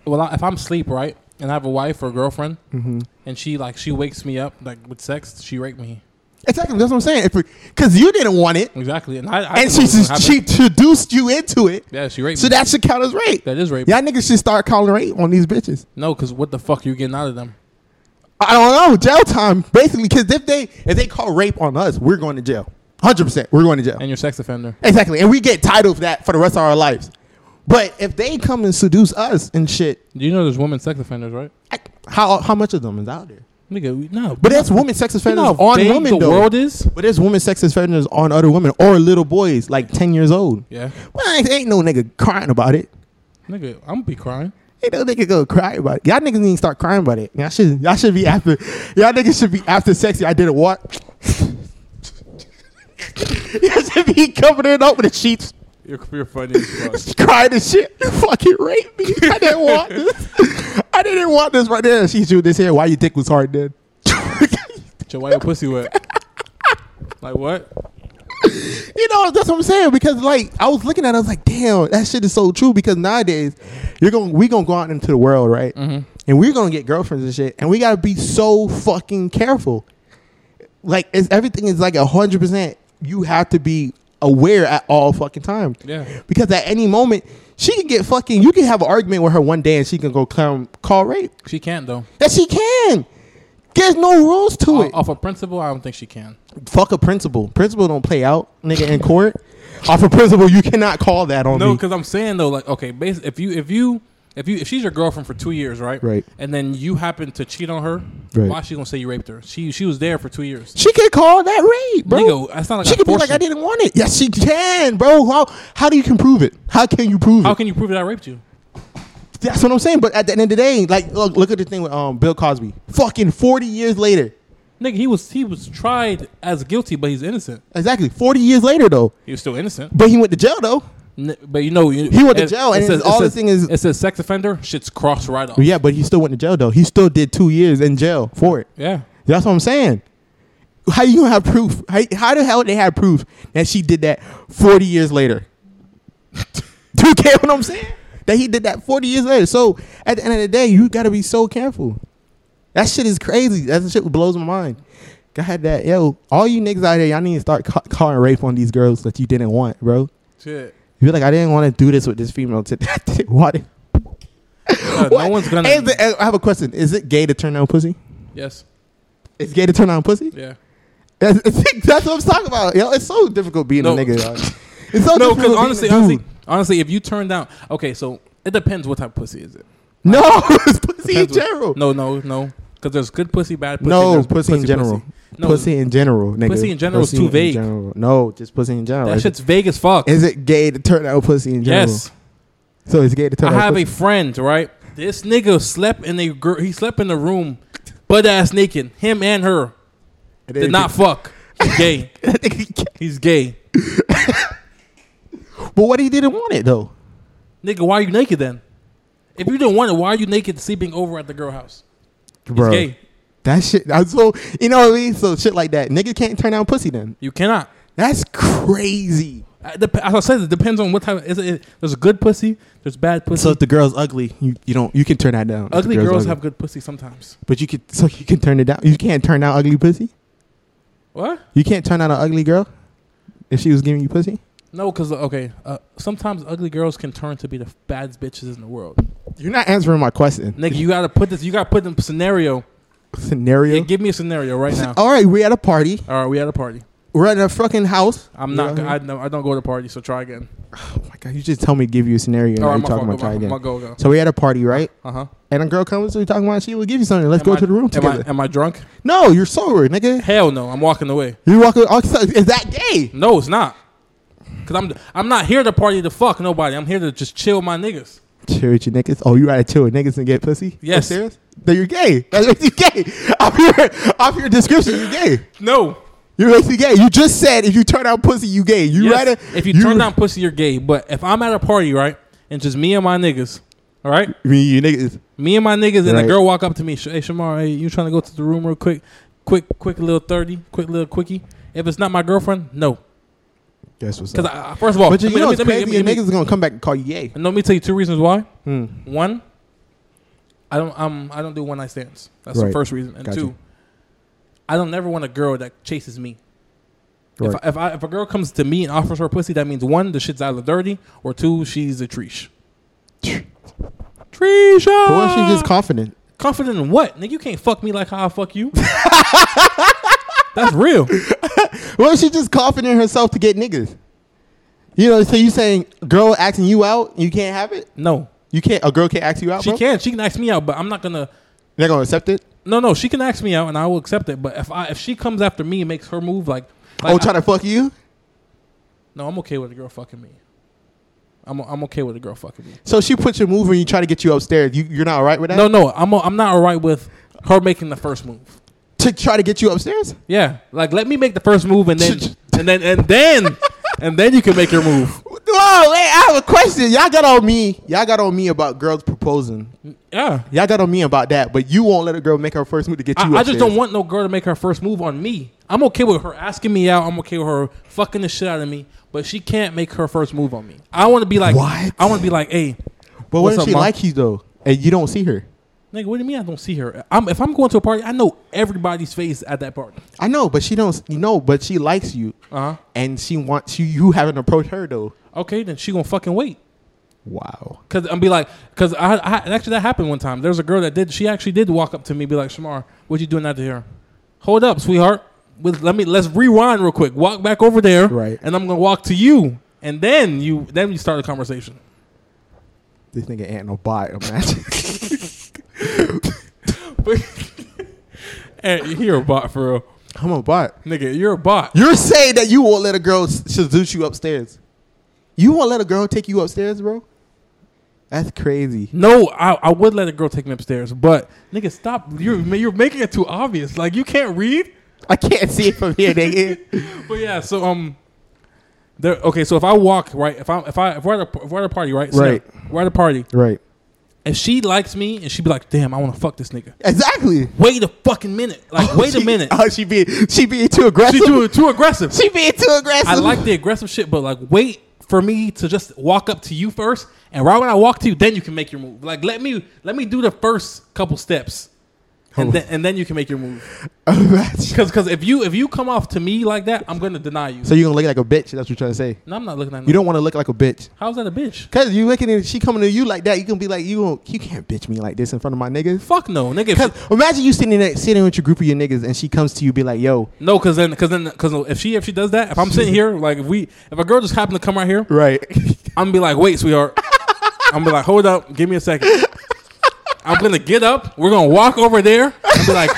S1: well, I- if I'm asleep, right, and I have a wife or a girlfriend,
S2: Mm-hmm.
S1: and she like she wakes me up like with sex, she raped me
S2: Exactly, that's what I'm saying. Because you didn't want it,
S1: exactly, and I, I
S2: and
S1: didn't
S2: she
S1: know this
S2: just,
S1: was
S2: she
S1: gonna
S2: seduced you into it.
S1: happen. yeah she raped
S2: So
S1: me.
S2: that should count as rape.
S1: that is rape.
S2: Y'all niggas should start calling rape on these bitches.
S1: No, because what the fuck are you getting out of them?
S2: I don't know jail time basically. Because if they if they call rape on us, we're going to jail. Hundred percent, we're going to jail.
S1: And your sex offender.
S2: exactly, and we get titled for that for the rest of our lives. But if they come and seduce us and shit,
S1: Do you know there's women sex offenders, right?
S2: I, how how much of them is out there?
S1: Nigga, we, no.
S2: But that's women sex
S1: you
S2: offenders
S1: know how
S2: on
S1: big
S2: women
S1: the
S2: though.
S1: world is.
S2: But there's women sex offenders on other women or little boys like 10 years old.
S1: Yeah,
S2: Well, ain't, ain't no nigga crying about it.
S1: nigga, I'm gonna be crying.
S2: Ain't no nigga go cry about it. Y'all niggas need to start crying about it. Y'all should, y'all should be after, y'all niggas should be after sexy. I didn't want. y'all should be covering it up with the sheets,
S1: You're, you're funny as fuck.
S2: crying and shit. You fucking raped me. I didn't want this. I didn't want this right there. She shoot this here. Why your dick was hard then?
S1: Joe, why your pussy wet? like what?
S2: You know, that's what I'm saying. Because like I was looking at it, I was like, damn, that shit is so true. Because nowadays, you're going we gonna go out into the world, right? And we're gonna get girlfriends and shit, and we gotta be so fucking careful. Like it's everything is like hundred percent. You have to be aware at all fucking time.
S1: Yeah.
S2: Because at any moment, she can get fucking you can have an argument with her one day and she can go come call rape.
S1: She can't though.
S2: That she can. There's no rules to
S1: Off,
S2: it.
S1: off of principle, I don't think she can.
S2: Fuck a principal. Principal don't play out, nigga, in court. Off a principal, you cannot call that on
S1: No,
S2: me.
S1: because I'm saying though, like, okay, bas if you if you if you if she's your girlfriend for two years, right?
S2: Right.
S1: And then you happen to cheat on her,
S2: Right.
S1: why she gonna say you raped her? She she was there for two years.
S2: She can call that rape, bro.
S1: Nigga, that's not like
S2: she
S1: I
S2: could be
S1: forced
S2: like,
S1: you.
S2: I didn't want it. Yes, she can, bro. How, how do you can prove it? How can you prove
S1: How
S2: it?
S1: can you prove that I raped you?
S2: That's what I'm saying. But at the end of the day, like, look, look at the thing with um Bill Cosby. Fucking 40 years later.
S1: Nigga, he was he was tried as guilty, but he's innocent.
S2: Exactly. 40 years later, though.
S1: He was still innocent.
S2: But he went to jail, though.
S1: N- But you know, you,
S2: He went to
S1: it-
S2: jail,
S1: it
S2: and it's- all
S1: it
S2: this thing is-
S1: it says sex offender. Shit's crossed right off.
S2: But yeah, but he still went to jail, though. He still did two years in jail for it.
S1: yeah.
S2: That's what I'm saying. How you gonna have proof? How, how the hell they have proof that she did that 40 years later? Do you get what I'm saying? That he did that 40 years later. So at the end of the day, you gotta be so careful. That shit is crazy. That shit blows my mind. God, that yo, all you niggas out here, y'all need to start ca- calling rape on these girls that you didn't want, bro.
S1: Shit.
S2: You're like, I didn't want to do this with this female today. what?
S1: Uh, no
S2: What?
S1: one's gonna.
S2: Is it- I have a question. Is it gay to turn down pussy?
S1: yes.
S2: Is gay to turn down pussy?
S1: Yeah.
S2: That's, that's what I'm talking about. Yo, it's so difficult being
S1: No.
S2: a nigga. Dog. It's so
S1: No,
S2: difficult
S1: because
S2: being a
S1: honestly,
S2: dude.
S1: honestly, honestly, if you turn down, okay, so it depends what type of pussy is it.
S2: no, it's pussy in
S1: Depends what-
S2: general.
S1: No, no, no. Because there's good pussy, bad pussy.
S2: No,
S1: there's
S2: pussy in general.
S1: No,
S2: pussy in general, nigga.
S1: Pussy in general is
S2: Pussy
S1: too
S2: in
S1: vague.
S2: general. No, just pussy in general.
S1: that
S2: Is it-
S1: shit's vague as fuck.
S2: is it gay to turn out pussy in general?
S1: yes,
S2: So it's gay to turn
S1: I
S2: out
S1: have
S2: pussy.
S1: a friend, right? This nigga slept in a girl. He slept in the room, butt ass naked. Him and her
S2: And
S1: did
S2: then
S1: not fuck. He's gay. He's gay.
S2: but what he didn't want it though.
S1: Nigga, why are you naked then? If you didn't want it, why are you naked sleeping over at the girl house? He's
S2: Bro,
S1: gay.
S2: that shit. I so you know what I mean. So shit like that. Nigga can't turn down pussy. Then
S1: You cannot.
S2: that's crazy.
S1: Uh, dep- As I said, it depends on what type. Of, is it, there's good pussy. There's bad pussy.
S2: So if the girl's ugly, you, you don't you can turn that down. If the
S1: ugly
S2: girl's
S1: girls
S2: ugly.
S1: have good pussy sometimes.
S2: But you could, so you can turn it down. You can't turn down ugly pussy.
S1: What?
S2: You can't turn down an ugly girl if she was giving you pussy.
S1: No, because okay, uh, sometimes ugly girls can turn to be the baddest bitches in the world.
S2: You're not answering my question.
S1: Nigga, you gotta put this. You gotta put them scenario.
S2: Scenario.
S1: Yeah, give me a scenario right now.
S2: All right, we're at a party.
S1: All right, we at a party.
S2: We're at a fucking house.
S1: I'm not.
S2: Yeah.
S1: I, no, I don't go to parties, so try again.
S2: Oh my god! You just tell me to give you a scenario.
S1: All
S2: and
S1: right,
S2: you're
S1: my
S2: talking
S1: fault.
S2: about try
S1: My,
S2: again.
S1: my go go.
S2: So we're at a party, right?
S1: Uh huh.
S2: And a girl comes. We're talking about she will give you something. Let's go to the
S1: am I,
S2: room together.
S1: am I drunk?
S2: no, you're sober, nigga.
S1: Hell no. I'm walking away.
S2: You walk. oh, so- Is that gay?
S1: No, it's not. Cause I'm I'm not here to party to fuck nobody. I'm here to just chill with my niggas.
S2: Chill with your niggas. Oh, you out to chill with niggas and get pussy?
S1: Yes.
S2: You serious? Then you're gay. That makes you gay. Off your off your description, you're gay.
S1: No.
S2: You're basically gay. You just said if you turn out pussy, you gay. You
S1: Yes,
S2: rather
S1: if you, turn down pussy, you're gay. But if I'm at a party, right, and just me and my niggas, all right,
S2: I mean, you niggas.
S1: me and my niggas, and the
S2: Right.
S1: girl walk up to me, "Sh- hey Shamar, hey, you trying to go to the room real quick, quick, quick little thirty, quick little quickie. If it's not my girlfriend, no,
S2: Guess what's
S1: because
S2: up?
S1: I, I- first of all,
S2: but you,
S1: let me-
S2: know
S1: let
S2: what's
S1: me- let me-
S2: crazy?
S1: let
S2: Your
S1: me-
S2: niggas is gonna come back and call you gay.
S1: and let me tell you two reasons why.
S2: Hmm.
S1: One, I don't, I'm, I don't do one night stands. That's the
S2: Right.
S1: first reason. And
S2: Gotcha.
S1: two, I don't never want a girl that chases me.
S2: Right.
S1: If, I, if, I, if a girl comes to me and offers her pussy, that means one, the shit's either dirty, or two, she's a treesh. Treesha.
S2: But once you're just confident,
S1: confident in what? Nigga, you can't fuck me like how I fuck you. That's real.
S2: once she's just confident in herself to get niggas. You know, so you saying girl asking you out, you can't have it.
S1: No,
S2: You can't. A girl can't ask you out.
S1: she
S2: Uh, bro?
S1: can. She can ask me out, but I'm not gonna.
S2: They're gonna accept it.
S1: No, no, she can ask me out, and I will accept it. But if I if she comes after me and makes her move, like, like
S2: oh,
S1: I-
S2: try to fuck you.
S1: no, I'm okay with a girl fucking me. I'm I'm okay with a girl fucking me.
S2: So she puts your move and you try to get you upstairs. You you're not all right with that.
S1: No, no, I'm I'm not alright with her making the first move.
S2: To try to get you upstairs.
S1: Yeah, like let me make the first move, and then and then and then and then you can make your move.
S2: Whoa, wait! I have a question. Y'all got on me. Y'all got on me about girls proposing.
S1: Yeah,
S2: Y'all got on me about that, but you won't let a girl make her first move to get you.
S1: I, I just
S2: upstairs.
S1: don't want no girl to make her first move on me. I'm okay with her asking me out. I'm okay with her fucking the shit out of me, but she can't make her first move on me. I want to be like,
S2: What?
S1: I want to be like, hey,
S2: But
S1: What's
S2: what if
S1: up,
S2: she
S1: Ma?
S2: like you though, and you don't see her?
S1: nigga, what do you mean I don't see her? I'm, if I'm going to a party, I know everybody's face at that party.
S2: I know, but she don't. You know, but she likes you,
S1: Uh huh.
S2: and she wants you. You haven't approached her though.
S1: Okay, then she gonna fucking wait.
S2: Wow.
S1: Cause I'm be like, cause I, I actually that happened one time. There was a girl that did. She actually did walk up to me, be like, Shamar, what you doing out here? Hold up, sweetheart. With, let me let's rewind real quick. Walk back over there,
S2: Right.
S1: And I'm gonna walk to you, and then you then you start a conversation.
S2: This nigga ain't no bot. Imagine.
S1: And you're a bot for real,
S2: I'm a bot.
S1: nigga. You're a bot.
S2: You're saying that you won't let a girl s- seduce you upstairs. You won't let a girl take you upstairs, bro? That's crazy.
S1: No, I, I would let a girl take me upstairs, but nigga, stop. You're you're making it too obvious. Like you can't read.
S2: I can't see it from here, nigga.
S1: But yeah, so um, there. Okay, so if I walk right, if I if I if we're at a, if we're at a party, right?
S2: Right.
S1: Snap, we're at a party.
S2: Right.
S1: If she likes me, and she be like, "Damn, I want to fuck this nigga."
S2: Exactly.
S1: Wait a fucking minute. Like, wait
S2: She-
S1: a minute.
S2: Oh, she being she being too aggressive.
S1: she too too aggressive.
S2: She being too aggressive.
S1: I like the aggressive shit, but like, wait for me to just walk up to you first, and right when I walk to you, then you can make your move. Like, let me let me do the first couple steps, and then and then you can make your move.
S2: Oh, Imagine.
S1: Because because if you if you come off to me like that, I'm gonna deny you.
S2: So you're gonna look like a bitch. That's what you're trying to say.
S1: no, I'm not looking at. No.
S2: You don't want to look like a bitch.
S1: How's that a bitch?
S2: Cause you looking at she coming to you like that, you gonna be like, you gonna, you can't bitch me like this in front of my niggas.
S1: Fuck no, nigga. If
S2: Cause imagine you sitting there, sitting with your group of your niggas, and she comes to you, be like, yo,
S1: No, because then, because then, because if she if she does that, if I'm sitting here, like if we if a girl just happened to come right here,
S2: right,
S1: I'm gonna be like, wait, sweetheart. I'm gonna be like, hold up, give me a second. I'm gonna get up. We're gonna walk over there. And be like,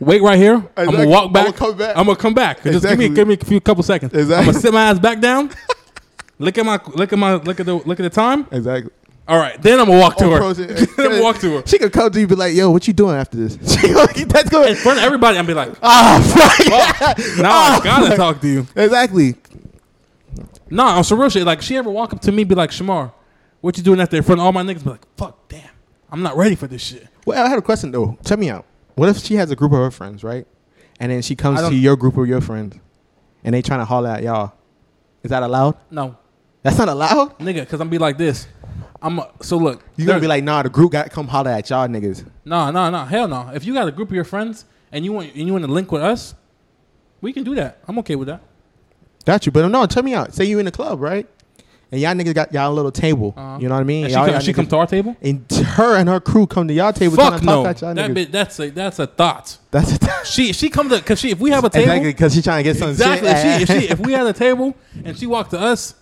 S1: wait right here. I'm gonna
S2: Exactly.
S1: walk back.
S2: I'ma come back.
S1: I'ma come back. Just give me
S2: Exactly.
S1: give me a few couple seconds. I'm
S2: Exactly.
S1: gonna sit my ass back down. Look at my look at my look at the look at the time.
S2: exactly.
S1: All right, then I'm gonna walk to her.
S2: Approach it.
S1: then I'm gonna walk to her
S2: She could come to you, be like, yo, what you doing after this? She gonna get- That's
S1: in
S2: good.
S1: front of everybody. I'm be like,
S2: Ah, fuck.
S1: now I
S2: Oh,
S1: gotta
S2: my-
S1: talk to you.
S2: Exactly.
S1: Nah, on some real shit. Like, she ever walk up to me, be like, Shamar, what you doing out there in front of all my niggas? Be like, fuck, damn, I'm not ready for this shit.
S2: Well, I had a question though. Check me out. What if she has a group of her friends, right? And then she comes
S1: I
S2: to
S1: don't-
S2: your group of your friends, and they trying to holler at y'all. Is that allowed?
S1: No,
S2: That's not allowed.
S1: nigga, because I'm be like this. I'm a- so look.
S2: You gonna be like, nah, the group got to come holler at y'all niggas.
S1: nah, nah, nah, hell no. If you got a group of your friends and you want and you want to link with us, we can do that. I'm okay with that.
S2: Got you, but no, tell me out. Say you in the club, right? And y'all niggas got y'all a little table.
S1: Uh-huh.
S2: You know what I mean?
S1: And she,
S2: Y'all-
S1: come,
S2: y'all
S1: she come
S2: niggas-
S1: to our table.
S2: and t- her and her crew come to y'all table. trying
S1: Fuck
S2: to
S1: no,
S2: talk at y'all
S1: that
S2: niggas.
S1: bit, that's a that's a thought.
S2: That's
S1: She she come to because she if we have a table
S2: exactly because she trying to get some
S1: Exactly.
S2: shit.
S1: If, she, if, she, if we had a table and she walked to us,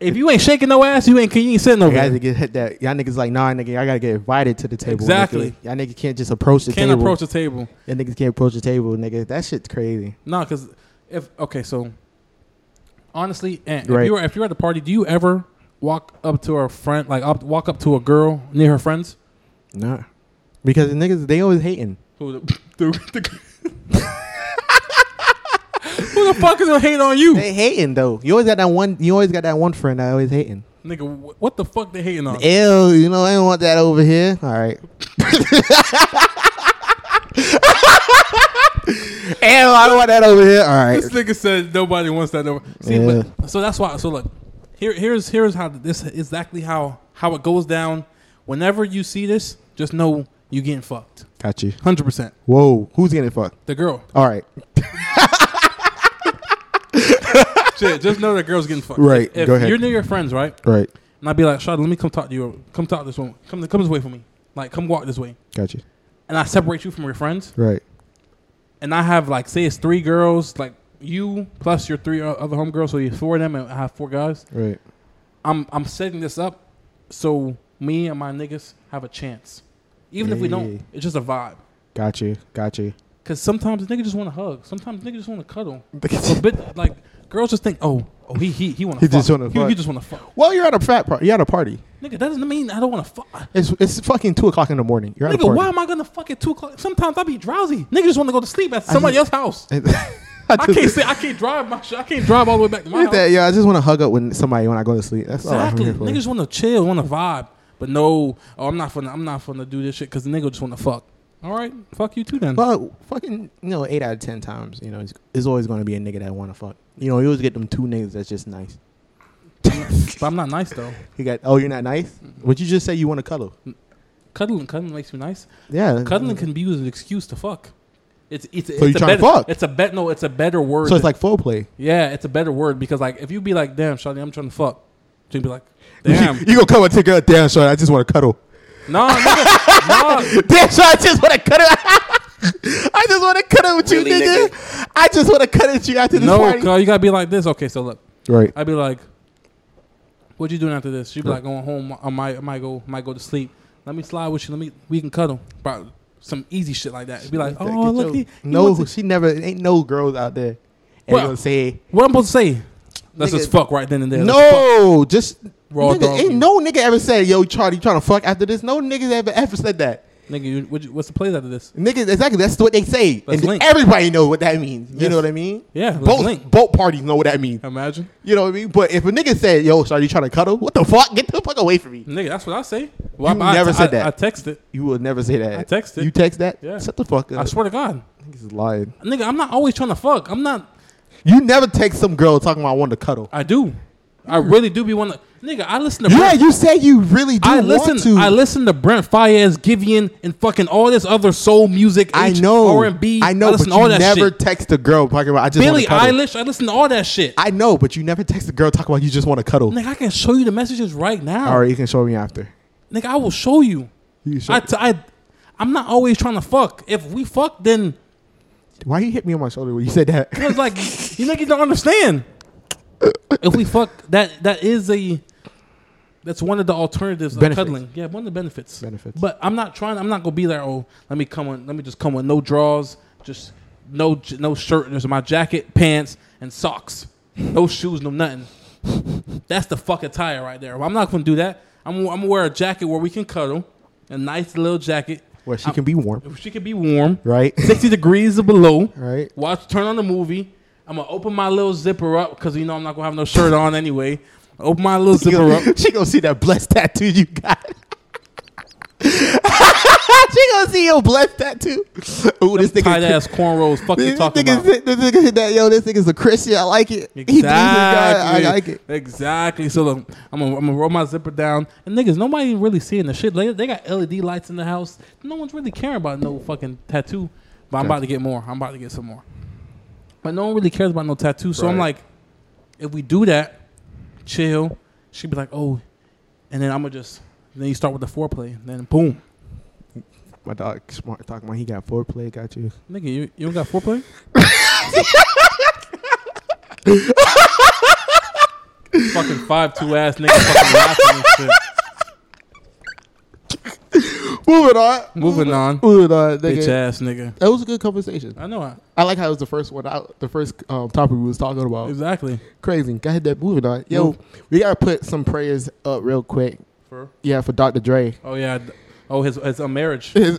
S1: if you ain't shaking no ass, you ain't you ain't sitting
S2: you
S1: over
S2: guys
S1: there.
S2: get hit that y'all niggas like nah nigga y'all gotta get invited to the table.
S1: Exactly.
S2: nigga. Y'all niggas can't just approach the
S1: Can't
S2: table.
S1: approach the table.
S2: Y'all niggas can't approach the table, nigga. That shit's crazy.
S1: No, because if okay, so honestly, and
S2: Right.
S1: if you're if you're at a party, do you ever walk up to a friend like up, walk up to a girl near her friends?
S2: Nah, because the niggas they always hating.
S1: Who the, the, the, who the fuck is gonna hate on you,
S2: They hating though. You always got that one. You always got that one friend that always hating.
S1: nigga? wh- What the fuck they hating on?
S2: Ew, you know I don't want that over here. All right. Ew, I don't want that over here. All right.
S1: This nigga said nobody wants that over. See,
S2: Yeah.
S1: but, so that's why. So look, here, here's here's how this exactly how how it goes down. Whenever you see this, just know you getting fucked.
S2: Got you.
S1: Hundred percent.
S2: Whoa, who's getting fucked?
S1: The girl.
S2: All right.
S1: Shit, just know the girl's getting fucked.
S2: Right,
S1: If
S2: go ahead.
S1: you're near your friends, right?
S2: Right.
S1: And I'd be like, Shad, let me come talk to you. Come talk this one. Come come this way for me. Like, come walk this way.
S2: Got you.
S1: And I separate you from your friends.
S2: Right.
S1: And I have like, say it's three girls, like you plus your three o- other homegirls, so you four of them, and I have four guys.
S2: Right.
S1: I'm I'm setting this up so me and my niggas have a chance. Even if we
S2: Hey.
S1: don't, it's just a vibe.
S2: Got you. Got you.
S1: Cause sometimes niggas just want to hug. Sometimes niggas just want to cuddle. so bit like girls just think, oh, oh he he he want to.
S2: He just wanna
S1: He,
S2: fuck.
S1: he just want to fuck.
S2: well, you're at a frat party. You're at a party.
S1: Nigga, that doesn't mean I don't want to fuck.
S2: It's it's fucking two o'clock in the morning. You're at a
S1: Nigga,
S2: party.
S1: why am I gonna fuck at two o'clock? Sometimes I be drowsy. Niggas just want to go to sleep at somebody else's house.
S2: I
S1: I
S2: just-
S1: can't say I can't drive my. sh- I can't drive all the way back to my
S2: Look at
S1: house.
S2: that, yo. I just want to hug up with somebody when I go to sleep. That's all
S1: Exactly.
S2: I'm here for.
S1: niggas just want to chill, want to vibe, but no, oh, I'm not finna, I'm not finna do this shit because the nigga just want to fuck. All right, fuck you too then.
S2: Well, fucking, you know, eight out of ten times, you know, it's, it's always going to be a nigga that want to fuck. You know, you always get them two niggas that's just nice.
S1: But I'm not nice though.
S2: You got, oh, you're not nice?
S1: Mm-hmm.
S2: Would you just say you want to cuddle?
S1: Cuddling, cuddling makes me nice.
S2: Yeah.
S1: Cuddling can be used as an excuse to fuck. It's it's it's
S2: you
S1: a
S2: tryna
S1: better,
S2: fuck?
S1: It's a bet. No, it's a better word.
S2: So it's like foreplay.
S1: yeah, it's a better word because like if you be like, damn, Shawty, I'm trying to fuck. She'd be like,
S2: You,
S1: damn.
S2: you gonna come and take a damn shot? I just want to cuddle.
S1: no, nigga. No.
S2: Damn shot! I just want to cuddle. I just want to cuddle with
S3: Really,
S2: you, nigga. I just want to cuddle with you after this
S1: No,
S2: party.
S1: girl, you gotta be like this. Okay, so look,
S2: Right.
S1: I'd be like, "What you doing after this?" She'd be like, "Going home. I might, I might go, might go to sleep. Let me slide with you. Let me, we can cuddle." Bro, some easy shit like that. It'd be like,
S2: Get
S1: "Oh,
S2: your-
S1: look, he, he wants
S2: no,
S1: to-"
S2: she never ain't no girls out there. And
S1: Well,
S2: gonna say
S1: what I'm supposed to say? Let's
S2: Nigga.
S1: just fuck right then and there. Let's fuck.
S2: no. Just
S1: Raw
S2: nigga,
S1: dog.
S2: ain't no nigga ever said, "Yo, Charlie, you trying to fuck after this." No niggas ever ever said that.
S1: nigga. You, what you, what's the play after this?
S2: Niggas, exactly. That's what they say,
S1: Let's
S2: and
S1: link.
S2: everybody know what that means. You
S1: Yes.
S2: know what I mean?
S1: Yeah, let's
S2: Both
S1: link.
S2: both parties know what that means.
S1: Imagine,
S2: You know what I mean? But if a nigga said, "Yo, Charlie, you trying to cuddle?" What the fuck? Get the fuck away from me.
S1: nigga. That's what I say.
S2: You
S1: I,
S2: never
S1: I,
S2: said that.
S1: I, I texted.
S2: You will never say that.
S1: I text it.
S2: You text that?
S1: Yeah.
S2: Shut the fuck up.
S1: I swear to God,
S2: Niggas is lying.
S1: nigga. I'm not always trying to fuck. I'm not.
S2: You never text some girl talking about I want to cuddle.
S1: I do. I really do be one. of- Nigga, I listen to.
S2: Yeah,
S1: Brent.
S2: you say you really do
S1: I
S2: want
S1: listen.
S2: to.
S1: I listen to Brent Fayez, Givian, and fucking all this other soul music.
S2: I
S1: H-
S2: know
S1: R and B.
S2: I know,
S1: listen
S2: but
S1: to
S2: you
S1: all that
S2: never
S1: shit.
S2: text a girl talking about I just want
S1: Billie
S2: to cuddle.
S1: Eilish. I listen to all that shit. I,
S2: I know, but you never text a girl talking about you just want to cuddle.
S1: Nigga, I can show you the messages right now.
S2: All right, you can show me after.
S1: Nigga, I will show you.
S2: You can show
S1: I, t- I, I'm not always trying to fuck. If we fuck, then
S2: Why you hit me on my shoulder when you said that?
S1: it's like you niggas don't understand. If we fuck, that that is a. That's one of the alternatives
S2: Benefits.
S1: of cuddling. Yeah, one of the benefits.
S2: Benefits.
S1: But I'm not trying. I'm not gonna be there. Oh, let me come on. Let me just come with no draws, just no j- no shirt. There's my jacket, pants, and socks. No shoes, no nothing. That's the fuck attire right there. I'm not gonna do that. I'm I'm gonna wear a jacket where we can cuddle, a nice little jacket.
S2: Where she
S1: I'm-
S2: can be warm,
S1: If she could be warm,
S2: right?
S1: 60 degrees or below.
S2: Right.
S1: Watch, turn on the movie. I'm gonna open my little zipper up because you know I'm not gonna have no shirt on anyway. Open my little
S2: She
S1: zipper up.
S2: gonna, she gonna see that blessed tattoo you got. she gonna see your blessed tattoo. Ooh, this
S1: Tight
S2: nigga.
S1: ass cornrows. Fuck you
S2: This
S1: talking
S2: nigga,
S1: about.
S2: this nigga hit that yo. This nigga's a Christian. I like it. He believes in God.
S1: Exactly.
S2: I like it.
S1: Exactly. So look, I'm gonna, I'm gonna roll my zipper down, and niggas, nobody really seeing the shit. Like, they got LED lights in the house. No one's really caring about no fucking tattoo. But I'm about to get more. I'm about to get some more. But no one really cares about no tattoo. So I'm
S2: Right.
S1: like, if we do that, chill. She'd be like, oh, and then I'm gonna just. Then you start with the foreplay, and then boom,
S2: My dog smart talking about he got foreplay. Got you.
S1: nigga, you you don't got foreplay. fucking five two ass nigga fucking laughing and shit.
S2: Moving on.
S1: Moving on.
S2: Moving on.
S1: Bitch
S2: Nigga.
S1: ass nigga.
S2: That was a good conversation.
S1: I know I,
S2: I like how it was the first one out. The first um, topic we was talking about.
S1: exactly.
S2: Crazy. Go ahead, that moving on. Yo,
S1: Move.
S2: we gotta put some prayers up real quick.
S1: For
S2: Yeah, for Dr. Dre.
S1: oh yeah, d- oh his his a marriage.
S2: Three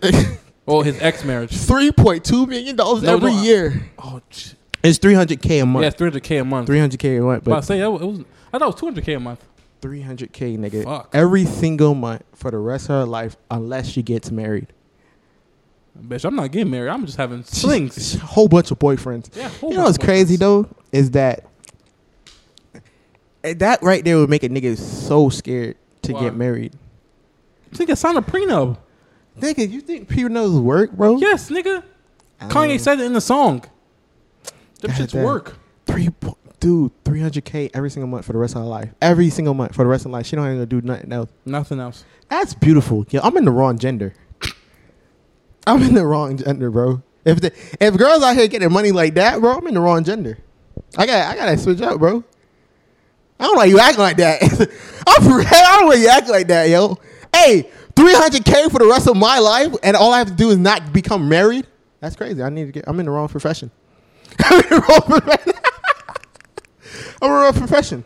S1: Oh his ex marriage.
S2: point two million dollars
S1: No,
S2: every
S1: no, I-
S2: year.
S1: Oh sh-
S2: It's three hundred k a
S1: yeah,
S2: month.
S1: three hundred k a month.
S2: Three hundred k a month,
S1: But I
S2: but
S1: say that wa- it was. I thought it was two hundred k a month.
S2: three hundred k nigga
S1: Fuck.
S2: every single month for the rest of her life, unless she gets married.
S1: Bitch, I'm not getting married. I'm just having slings.
S2: She's- a whole bunch of boyfriends.
S1: Yeah, whole
S2: You know what's
S1: bunch of
S2: crazy
S1: boyfriends.
S2: though is that eh, that right there would make a nigga so scared to
S1: Why?
S2: get married.
S1: Nigga signed a prenup.
S2: Nigga, you think Peter knows work, bro?
S1: Yes, nigga.
S2: I mean-
S1: Kanye said it in the song. Them
S2: God
S1: shits
S2: damn.
S1: work.
S2: Three, po- dude, three hundred k every single month for the rest of her life. Every single month for the rest of her life. She don't even do nothing else.
S1: Nothing else.
S2: That's beautiful. Yo, I'm in the wrong gender. I'm in the wrong gender, bro. If the, if girls out here getting money like that, bro, I'm in the wrong gender. I got I gotta switch up, bro. I don't like you acting like that. I'm for real. I don't like you acting like that, yo. Hey, 300k for the rest of my life, and all I have to do is not become married. That's crazy. I need to get. I'm in the wrong profession. I'm in the wrong profession. I'm in the wrong profession.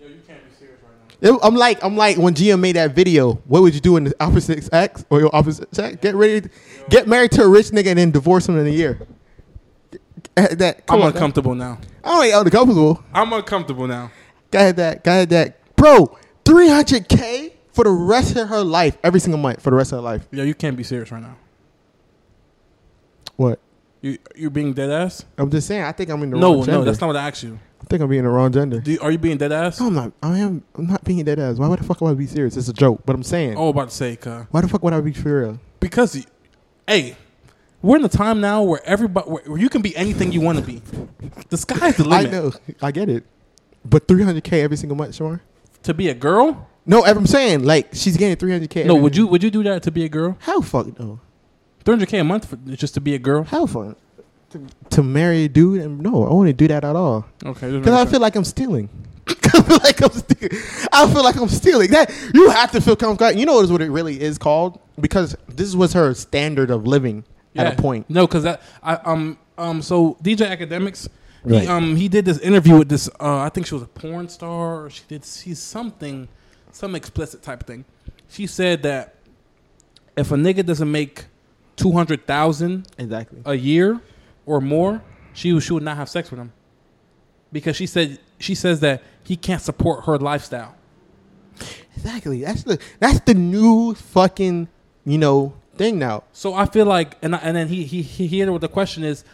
S1: Yo, you can't be serious right now.
S2: It- I'm like I'm like when GM made that video. What would you do in the opposite sex or your opposite sex? Get ready, get married to a rich nigga and then divorce him in a year. Got That
S1: I'm
S2: on,
S1: uncomfortable now.
S2: I ain't uncomfortable.
S1: I'm uncomfortable now.
S2: Got that. Got that. Bro, 300k for the rest of her life, every single month for the rest of her life.
S1: Yo, you can't be serious right now.
S2: What?
S1: You you being dead ass?
S2: I'm just saying. I think I'm in the
S1: No,
S2: wrong gender.
S1: no, that's not what I asked you.
S2: I think I'm being the wrong gender.
S1: Do you, are you being dead ass?
S2: No, I'm not. I am. I'm not being dead ass. Why would the fuck would I be serious? It's a joke. But I'm saying.
S1: Oh, about to say, cuz.
S2: Why the fuck would I be for real?
S1: because y- hey we're in a time now where everybody where, where you can be anything you want to be the sky's the
S2: I
S1: limit
S2: know. I get it. But 300k every single month, Shamar.
S1: to be a girl?
S2: No, I'm saying like she's getting 300k.
S1: No,
S2: every-
S1: would you would you do that to be a girl?
S2: How fuck no?
S1: 300k a month for, just to be a girl?
S2: How fuck to, to marry a dude? And no, I wouldn't do that at all.
S1: Okay, just
S2: Because I
S1: making sure.
S2: feel like I'm stealing. I feel like I'm stealing. I feel like I'm stealing. That you have to feel comfortable. You know what is what it really is called? Because this was her standard of living at a point.
S1: No, because that I um um so DJ Academics.
S2: Right.
S1: He, um, he did this interview with this. Uh, I think she was a porn star. Or she did she's something, some explicit type of thing. She said that if a nigga doesn't make two hundred thousand
S2: Exactly.
S1: a year or more, she would- she would not have sex with him because she said she says that he can't support her lifestyle.
S2: Exactly. That's the that's the new fucking you know thing now.
S1: So I feel like, and I, and then he he he hit her with the question is,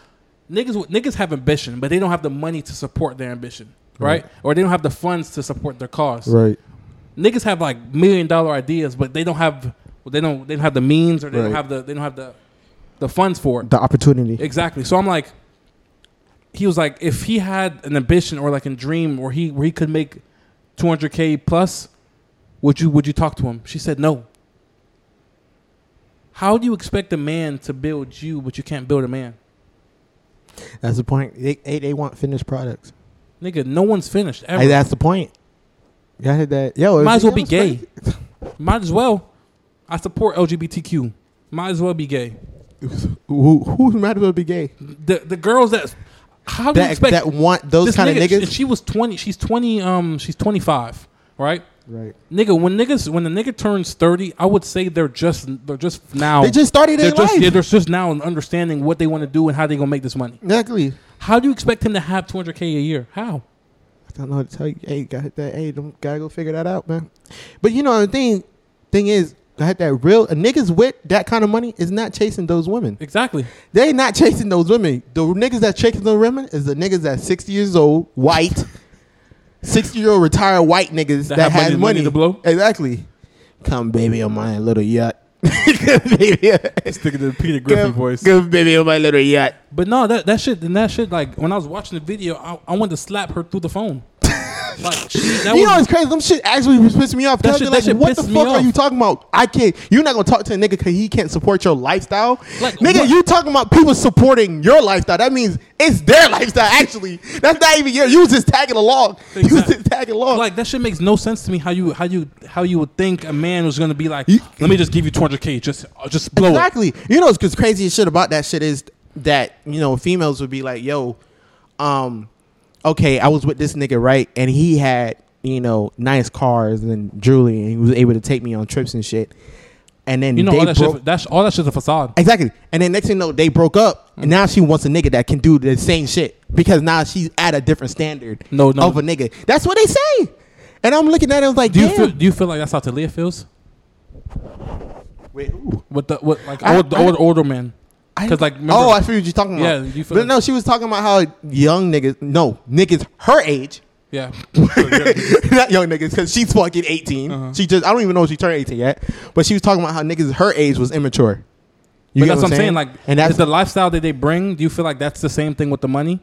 S1: niggas with- niggas have ambition, but they don't have the money to support their ambition, right?
S2: Right.
S1: Or they don't have the funds to support their cause.
S2: Right.
S1: Niggas have like million dollar ideas, but they don't have they don't they don't have the means or they don't
S2: Right.
S1: have the they don't have the the funds for it.
S2: The opportunity.
S1: Exactly. So I'm like, he was like, if he had an ambition or like a dream where he where he could make 200k plus, would you would you talk to him? She said no. How do you expect a man to build you, but you can't build a man?
S2: That's the point. They they, they want finished products.
S1: Nigga, no one's finished ever.
S2: Hey, that's the point. Yeah, I hit that. Yo,
S1: Might as well
S2: it
S1: be
S2: was
S1: gay.
S2: crazy.
S1: Might as well. I support LGBTQ. Might as well be gay.
S2: Who who might as well be gay?
S1: The the girls that how do you
S2: That
S1: expect
S2: that want those
S1: this
S2: kind of
S1: nigga-
S2: niggas.
S1: She was twenty. She's twenty. Um, she's twenty five. Right.
S2: right.
S1: Nigga, when niggas when the nigga turns thirty, I would say they're just they're just now
S2: They just started
S1: Oh. they're
S2: their
S1: just
S2: life.
S1: yeah, they're just now understanding what they want to do and how they gonna make this money.
S2: exactly.
S1: How do you expect him to have two hundred k a year? How?
S2: I don't know what to tell you. Hey, got that. Hey, don't gotta go figure that out, man. But you know the thing, thing is, I had that real a niggas with that kind of money is not chasing those women.
S1: Exactly.
S2: They not chasing those women. The niggas that chasing those women is the niggas that's sixty years old, white, sixty year old retired white niggas
S1: That have
S2: that, has
S1: money-
S2: money,
S1: money to blow?
S2: Exactly. Come, baby, on my little yacht. Come, baby,
S1: Sticking to the Peter
S2: come, come, baby, on my little yacht.
S1: But no, that that shit and that shit like when I was watching the video, I, I wanted to slap her through the phone. like she, that
S2: you
S1: was,
S2: know it's crazy. Them shit actually was pissing me off.
S1: That
S2: Cause
S1: shit-
S2: like,
S1: that shit
S2: what the
S1: pissed me
S2: fuck are
S1: off.
S2: you talking about? I can't. You're not gonna talk to a nigga because he can't support your lifestyle.
S1: Like,
S2: nigga,
S1: what-
S2: you talking about people supporting your lifestyle? That means it's their lifestyle. Actually, that's not even your. You was just tagging along. You was
S1: Exactly.
S2: just tagging along.
S1: like that shit makes no sense to me. How you how you how you would think a man was gonna be like?
S2: You-
S1: Let me just give you two hundred k. Just uh, just blow it.
S2: exactly. You know, because crazy shit about that shit is that you know females would be like, "Yo, um, okay, I was with this nigga, right? And he had you know nice cars and jewelry, and he was able to take me on trips and shit." And then
S1: You know
S2: they
S1: all that
S2: broke,
S1: shit. That's all that shit's a facade.
S2: Exactly. And then next thing you know, they broke up, and now she wants a nigga that can do the same shit because now she's at a different standard
S1: No, no.
S2: of a nigga. That's what they say. And I'm looking at it, I was like,
S1: Do you
S2: damn.
S1: feel do you feel like that's how Talia feels?
S2: Wait, who?
S1: With the with like
S2: I-
S1: old, the
S2: I-
S1: old older man.
S2: I-
S1: Because like remember,
S2: oh, I feel what you're talking
S1: Yeah,
S2: about.
S1: you feel
S2: but
S1: like-
S2: no, she was talking about how young niggas, no, niggas her age,
S1: yeah.
S2: not young niggas, because she's fucking 18.
S1: Uh-huh.
S2: She just, I don't even know if she turned 18 yet, but she was talking about how niggas her age was immature. You
S1: but
S2: get
S1: that's what I'm saying. Like,
S2: and that's
S1: is the lifestyle that they bring. Do you feel like that's the same thing with the money?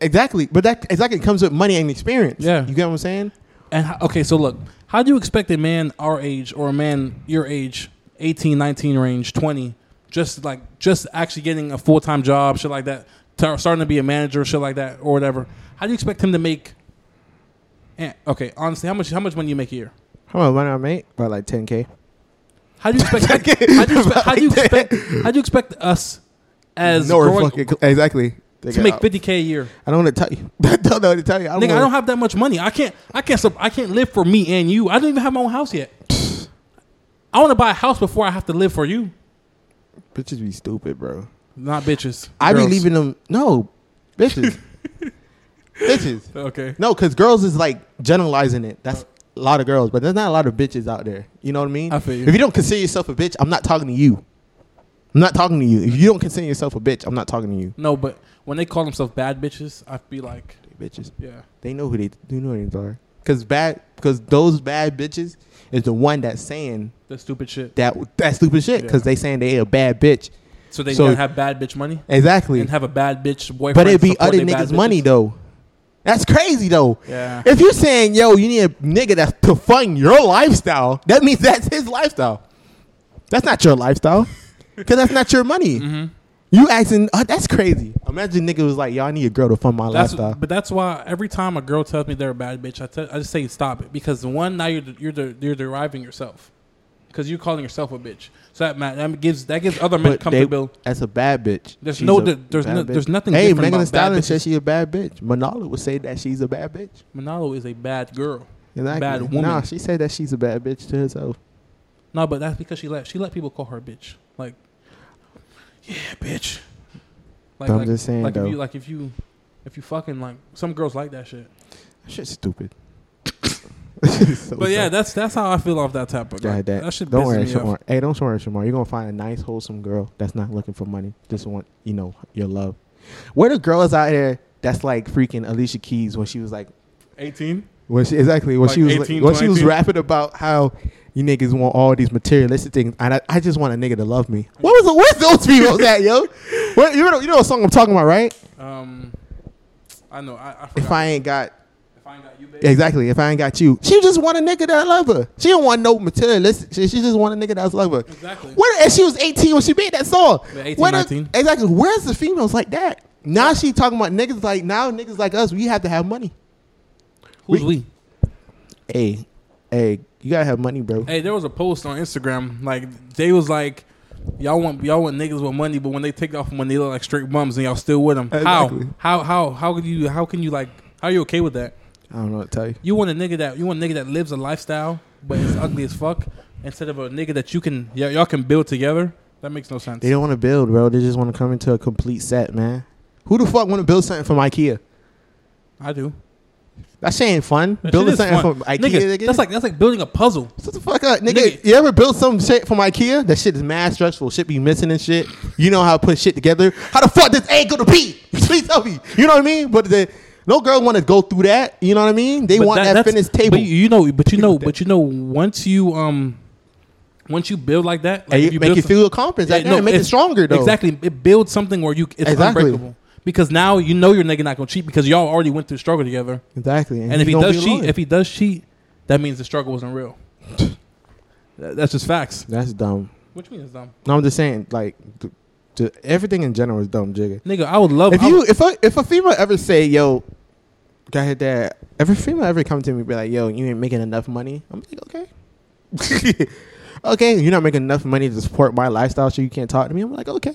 S2: exactly, but that exactly comes with money and experience.
S1: Yeah.
S2: you get what I'm saying?
S1: And how, okay, so look, how do you expect a man our age or a man your age, 18, 19 range, 20, just like just actually getting a full time job, shit like that, tar- starting to be a manager, shit like that, or whatever? How do you expect him to make? Eh, Okay, honestly, how much how much money you make a year?
S2: How much money I made? About like 10k.
S1: How do you expect? how, do you expect how do you expect? How do you expect us as
S2: No, we're
S1: growing-
S2: fucking cl- exactly.
S1: to make fifty k a year?
S2: I don't want to tell you. I don't know what to tell you. I don't,
S1: Nigga,
S2: wanna-
S1: I don't have that much money. I can't. I can't. sup- I can't live for me and you. I don't even have my own house yet. I want to buy a house before I have to live for you.
S2: Bitches be stupid, bro.
S1: Not bitches.
S2: I be
S1: Girls.
S2: leaving them. No, bitches. bitches.
S1: Okay.
S2: No, because girls is like generalizing it. That's a lot of girls, but there's not a lot of bitches out there. You know what I mean?
S1: I feel you.
S2: If you don't consider yourself a bitch, I'm not talking to you. I'm not talking to you. If you don't consider yourself a bitch, I'm not talking to you.
S1: No, but when they call themselves bad bitches, I'd be like,
S2: Bitches.
S1: yeah.
S2: They know who they do know who they are. Cause bad because those bad bitches is the one that's saying
S1: That's stupid shit.
S2: that that stupid shit because
S1: Yeah.
S2: they saying they a bad bitch.
S1: So they
S2: So-
S1: gotta have bad bitch money
S2: Exactly.
S1: and have a bad bitch boyfriend.
S2: But it'd
S1: to
S2: be
S1: support
S2: other
S1: their bad
S2: niggas' money
S1: bitches?
S2: though. That's crazy though.
S1: Yeah.
S2: If you're saying, yo, you need a nigga that's to fund your lifestyle, that means that's his lifestyle. That's not your lifestyle. Cause that's not your money.
S1: Mm-hmm.
S2: You asking, oh, that's crazy. Imagine nigga was like, yo, I need a girl to fund my
S1: That's
S2: lifestyle.
S1: but that's why every time a girl tells me they're a bad bitch, I tell- I just say stop it because one now you're de- you're de- you're deriving yourself because you're calling yourself a bitch. So that ma- that gives that gives other men
S2: But they-
S1: comfortability.
S2: that's a bad bitch.
S1: There's
S2: She's
S1: no-
S2: a
S1: there- there's
S2: bad
S1: no-
S2: bitch.
S1: there's nothing
S2: Hey,
S1: different
S2: Megan
S1: about
S2: Thee
S1: bad
S2: Stallion said
S1: bitches.
S2: she a bad bitch. Manala would say that she's a bad bitch.
S1: Manalo is a bad girl,
S2: Exactly.
S1: bad woman.
S2: Nah, she said that she's a bad bitch to herself.
S1: No, but that's because she let she let people call her a bitch. Like, yeah, bitch. Like,
S2: I'm
S1: like,
S2: just saying,
S1: like
S2: though.
S1: if you like if you if you fucking like some girls like that shit.
S2: That shit's stupid.
S1: But yeah, that's that's how I feel off that topic.
S2: Yeah,
S1: Like,
S2: that,
S1: that shit
S2: don't
S1: pisses
S2: worry,
S1: me off.
S2: Shamar. Hey, don't worry, Shamar. You're gonna find a nice, wholesome girl that's not looking for money. Just want you know your love. Where the girls out here that's like freaking Alicia Keys when she was like,
S1: Eighteen.
S2: when she exactly when
S1: Like
S2: she was
S1: 18,
S2: when she was
S1: 19?
S2: rapping about how you niggas want all these materialistic things, and I, I just want a nigga to love me. What was the, where's those people at, yo? What, you know, you know what song I'm talking about, right?
S1: Um, I know. I, I forgot.
S2: If I ain't got
S1: if I ain't got you, baby.
S2: Exactly. If I ain't got you, she just want a nigga that love her. She don't want no materialistic. shit. She just want a nigga that's love her.
S1: Exactly.
S2: What? And she was eighteen when she made that song.
S1: Yeah, 18,
S2: Where the-
S1: 19.
S2: exactly. Where's the females like that? Now she talking about niggas like now niggas like us. We have to have money.
S1: Who's we?
S2: Hey, hey, you gotta have money, bro.
S1: Hey, there was a post on Instagram. Like they was like, y'all want y'all want niggas with money, but when they take off money, they look like straight bums, and y'all still with them.
S2: Exactly.
S1: How? How? How? How could you? How can you like? How are you okay with that?
S2: I don't know what to tell you.
S1: You want a nigga that you want a nigga that lives a lifestyle, but is ugly as fuck, instead of a nigga that you can y- y'all can build together. That makes no sense.
S2: They don't want to build, bro. They just want to come into a complete set, man. Who the fuck want to build something from IKEA?
S1: I do.
S2: That shit ain't fun.
S1: That
S2: Building
S1: shit is
S2: something
S1: fun.
S2: from IKEA.
S1: Nigga,
S2: nigga?
S1: That's like that's like building a puzzle.
S2: Shut the fuck up, nigga.
S1: Nigga.
S2: You ever build some shit from IKEA? That shit is mad stressful. Shit be missing and shit. You know how to put shit together. How the fuck does A go to B? Please tell me. You know what I mean? But the, no girl want to go through that. You know what I mean? They
S1: But
S2: want
S1: that-
S2: that,
S1: that's-
S2: finished table.
S1: But you, you know, but you
S2: People
S1: know,
S2: that-
S1: but you know, once you um, once you build like that, like
S2: and
S1: if
S2: you make
S1: build
S2: you
S1: some-
S2: feel accomplished.
S1: Yeah,
S2: Like, no, make it
S1: it's-
S2: stronger though.
S1: Exactly, it builds something where you it's
S2: Exactly.
S1: unbreakable because now you know your nigga not gonna cheat because y'all already went through struggle together.
S2: Exactly.
S1: And if he
S2: gonna
S1: does
S2: be
S1: cheat,
S2: loyal.
S1: if he does cheat, that means the struggle wasn't real. That- That's just facts.
S2: that's dumb.
S1: Which means dumb,
S2: No, I'm just saying, like, th- th- everything in general is dumb, Jigga.
S1: nigga. I would love
S2: if
S1: I
S2: you
S1: would-
S2: if a if a female ever say yo, got hit that every female ever come to me and be like yo you ain't making enough money I'm like okay, okay you're not making enough money to support my lifestyle so you can't talk to me I'm like okay,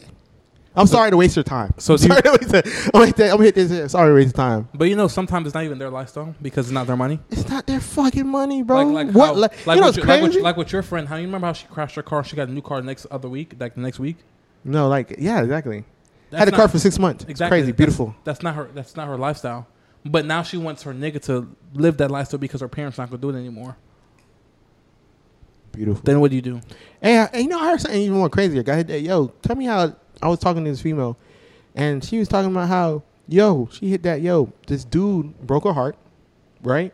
S2: I'm sorry to waste your time
S1: So
S2: so
S1: do you-
S2: sorry to waste it. I'm, like, that- I'm hit this here. sorry to waste your time
S1: but you know, sometimes it's not even their lifestyle because it's not their money.
S2: it's not their fucking money bro
S1: Like, like
S2: what
S1: how-
S2: like,
S1: like what
S2: you know what's
S1: your- like,
S2: crazy
S1: what, like what your friend? How you remember how she crashed her car? She got a new car next other week, like the next week.
S2: no like yeah exactly
S1: That's
S2: had a
S1: not-
S2: car for six months It's
S1: Exactly.
S2: crazy
S1: That's-
S2: beautiful
S1: That's not her. That's not her lifestyle. But now she wants her nigga to live that lifestyle because her parents not gonna do it anymore.
S2: beautiful
S1: Then what do you do?
S2: Hey, I- and you know, I heard something even more crazier. Guy, that yo, tell me how I was talking to this female, and she was talking about how yo, she hit that yo, this dude broke her heart, right?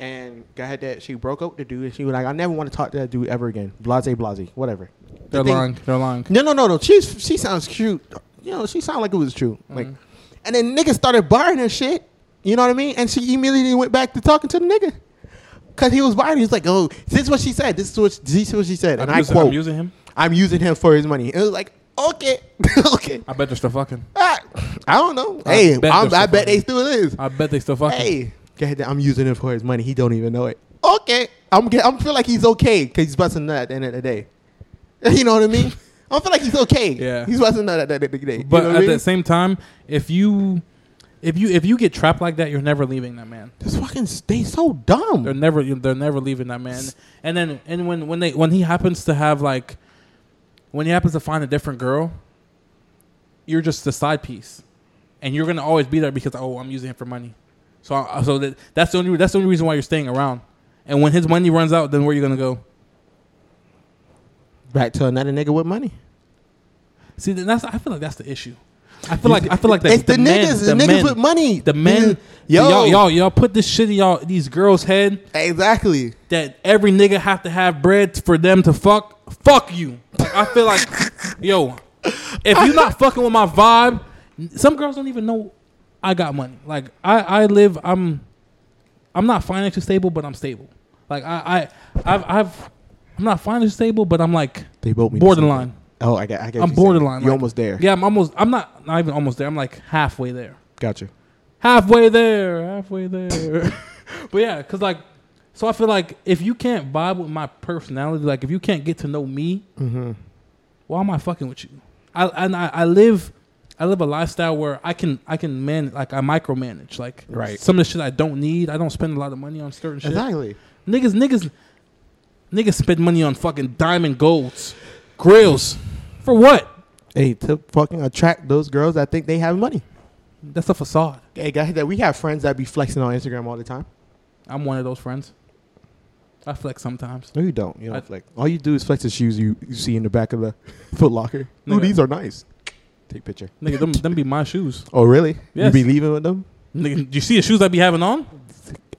S2: And guy had that she broke up with the dude, and she was like, I never want to talk to that dude ever again. Blase, blase, whatever.
S1: They're
S2: The thing-
S1: lying. They're lying.
S2: No, no, no, no. She's she sounds cute. You know, she sounded like it was true. Like,
S1: Mm-hmm.
S2: and then nigga started buying her shit. You know what I mean? And she immediately went back to talking to the nigga. Cause he was buying. He was like, "Oh, this is what she said. This is what this is what she said." And
S1: I'm
S2: I
S1: using,
S2: quote,
S1: I'm using him.
S2: I'm using him for his money. It was like, okay, okay.
S1: I bet they're still fucking.
S2: Ah, I don't know.
S1: I
S2: hey,
S1: bet
S2: I'm-
S1: they're
S2: I bet
S1: fucking-
S2: they still is.
S1: I bet they still fucking.
S2: Hey, God damn, I'm using him for his money. He don't even know it. Okay, I'm ge- I'm feel like he's okay because he's busting nut at the end of the day. You know what I mean? I feel like he's okay.
S1: Yeah.
S2: he's busting nut at the end of the day. You
S1: But
S2: know what
S1: at
S2: I mean?
S1: the same time, if you, if you, if you get trapped like that, you're never leaving that man.
S2: this fucking they so dumb.
S1: They're never, they're never leaving that man. And then, and when when they when he happens to have like, when he happens to find a different girl, you're just the side piece, and you're gonna always be there because oh, I'm using him for money. So I, so that, that's the only that's the only reason why you're staying around. And when his money runs out, then where you gonna go?
S2: Back to another nigga with money.
S1: See, then that's I feel like that's the issue. I feel like I feel like that
S2: it's the,
S1: men-
S2: niggas,
S1: the
S2: the niggas
S1: men-
S2: with money.
S1: the men,
S2: yo,
S1: y'all, y'all, y'all put this shit in y'all these girls' head
S2: exactly.
S1: that every nigga have to have bread for them to fuck. Fuck you. Like, I feel like, yo, if you're not fucking with my vibe, some girls don't even know I got money. Like I, I live. I'm, I'm not financially stable, but I'm stable. Like I, I, I've, I've, I'm not financially stable, but I'm like
S2: They both mean
S1: borderline.
S2: Oh, I got. I got.
S1: I'm borderline.
S2: You're
S1: like-
S2: almost there.
S1: Yeah, I'm almost. I'm not. Not even almost there. I'm like halfway there.
S2: Gotcha.
S1: Halfway there. Halfway there. but yeah, cause like, so I feel like if you can't vibe with my personality, like if you can't get to know me,
S2: Mm-hmm.
S1: why am I fucking with you? I and I, I live I live a lifestyle where I can I can man like I micromanage like
S2: Right.
S1: some of the shit I don't need. I don't spend a lot of money on certain shit.
S2: Exactly.
S1: Niggas niggas niggas spend money on fucking diamond golds, grills, for what?
S2: Hey, to fucking attract those girls that think they have money.
S1: That's a facade.
S2: Hey, guys, that we have friends that be flexing on Instagram all the time.
S1: I'm one of those friends. I flex sometimes.
S2: No, you don't. You don't
S1: I-
S2: flex. All you do is flex the shoes you, you see in the back of the Foot Locker. Ooh,
S1: Nigga.
S2: these are nice. Take picture.
S1: Nigga, them, them be my shoes.
S2: Oh, really?
S1: Yes.
S2: You be leaving with them?
S1: Nigga, you see the shoes I be having on?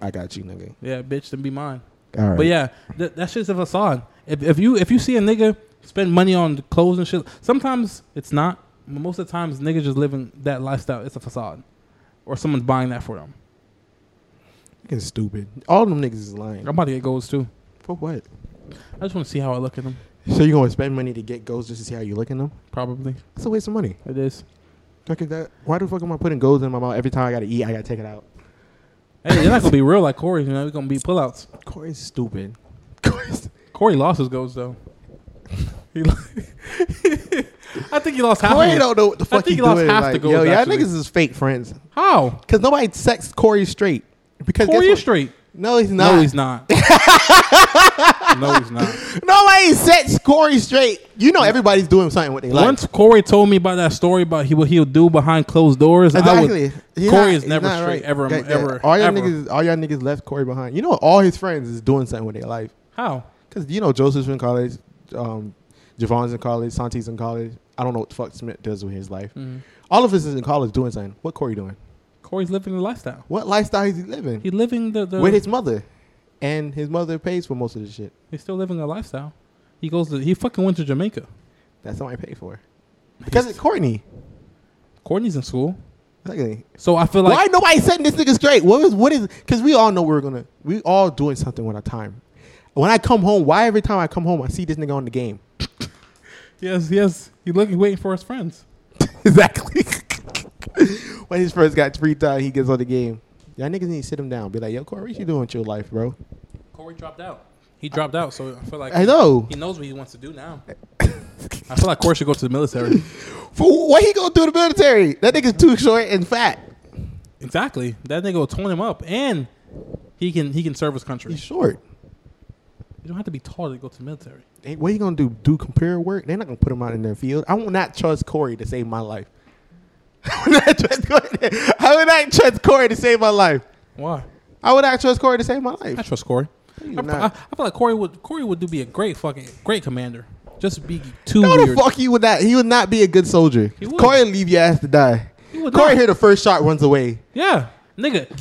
S2: I got you, nigga.
S1: Yeah, bitch, them be mine.
S2: All right.
S1: But yeah, that, that shit's a facade. If, if you if you see a nigga spend money on clothes and shit, sometimes it's not. but Most of the times, niggas just living that lifestyle. It's a facade, or someone's buying that for them.
S2: Fucking stupid. All them niggas is lying.
S1: I'm about to get goals too.
S2: For what?
S1: I just want to see how I look at them.
S2: So you gonna spend money to get goals just to see how you look in them?
S1: Probably
S2: That's a waste of money.
S1: it is.
S2: Fucking that. Why the fuck am I putting goals in my mouth every time I gotta eat? I gotta take it out.
S1: Hey, you're not gonna be real like Corey. You know, you're gonna be pullouts.
S2: Corey's stupid. Corey's.
S1: Corey lost his goals though. He lo- I think he lost half.
S2: Corey
S1: of them.
S2: don't know what the fuck
S1: think
S2: he's
S1: he lost
S2: doing.
S1: half the
S2: Like,
S1: goals,
S2: yo, y'all
S1: actually.
S2: niggas is fake friends.
S1: How?
S2: Cause nobody sexts Corey straight. Because
S1: Corey is
S2: guess what?
S1: straight.
S2: No, he's not.
S1: No, he's not. no, he's not.
S2: Nobody sets Corey straight. You know everybody's doing something with their life.
S1: Once Corey told me about that story about he what he'll do behind closed doors, I would,
S2: He's
S1: Corey
S2: not-
S1: is
S2: he's
S1: never
S2: not
S1: straight, ever,
S2: Like that.
S1: ever,
S2: All y'all
S1: ever.
S2: niggas, all y'all niggas left Corey behind. You know, all his friends is doing something with their life.
S1: how?
S2: Cause you know Joseph's in college, um, Javon's in college, Santi's in college. I don't know what the fuck Smith does with his life.
S1: Mm-hmm.
S2: All of us is in college doing something. What Corey doing?
S1: Corey's living the lifestyle.
S2: What lifestyle is he living?
S1: He's living the, the
S2: with his mother, and his mother pays for most of this shit.
S1: he's still living a lifestyle. He goes to he fucking went to Jamaica.
S2: That's somebody paid for. Because it's Courtney.
S1: Courtney's in school,
S2: Exactly.
S1: so I feel like
S2: Why nobody setting this nigga straight? What is what is? Because we all know we're gonna we all doing something with our time. When I come home, why every time I come home I see this nigga on the game?
S1: yes, yes, he's looking waiting for his friends.
S2: exactly. when his first got free time, he gets on the game. Y'all niggas need to sit him down. Be like, yo, Corey, what you doing with your life, bro?
S1: Corey dropped out. He dropped out, so I feel like
S2: I know.
S1: he knows what he wants to do now. I feel like Corey should go to the military.
S2: For what he gonna do in the military? That nigga's too short and fat.
S1: exactly, that nigga will tone him up, and he can he can serve his country.
S2: He's short.
S1: You don't have to be tall to go to the military.
S2: Hey, what he gonna do? Do computer work? They're not gonna put him out in their field. I will not trust Corey to save my life. I would not trust Corey. I would not trust Corey to save my life.
S1: Why?
S2: I would not trust Corey to save my
S1: I
S2: life.
S1: trust Corey.
S2: you
S1: I,
S2: not.
S1: I, I feel like Corey would Corey would do be a great fucking great commander. Just be too
S2: No, the
S1: weird.
S2: fuck he would not. He would not be a good soldier.
S1: He would.
S2: Corey leave your ass to die.
S1: He would
S2: Corey
S1: not.
S2: hear the first shot, runs away.
S1: Yeah, nigga.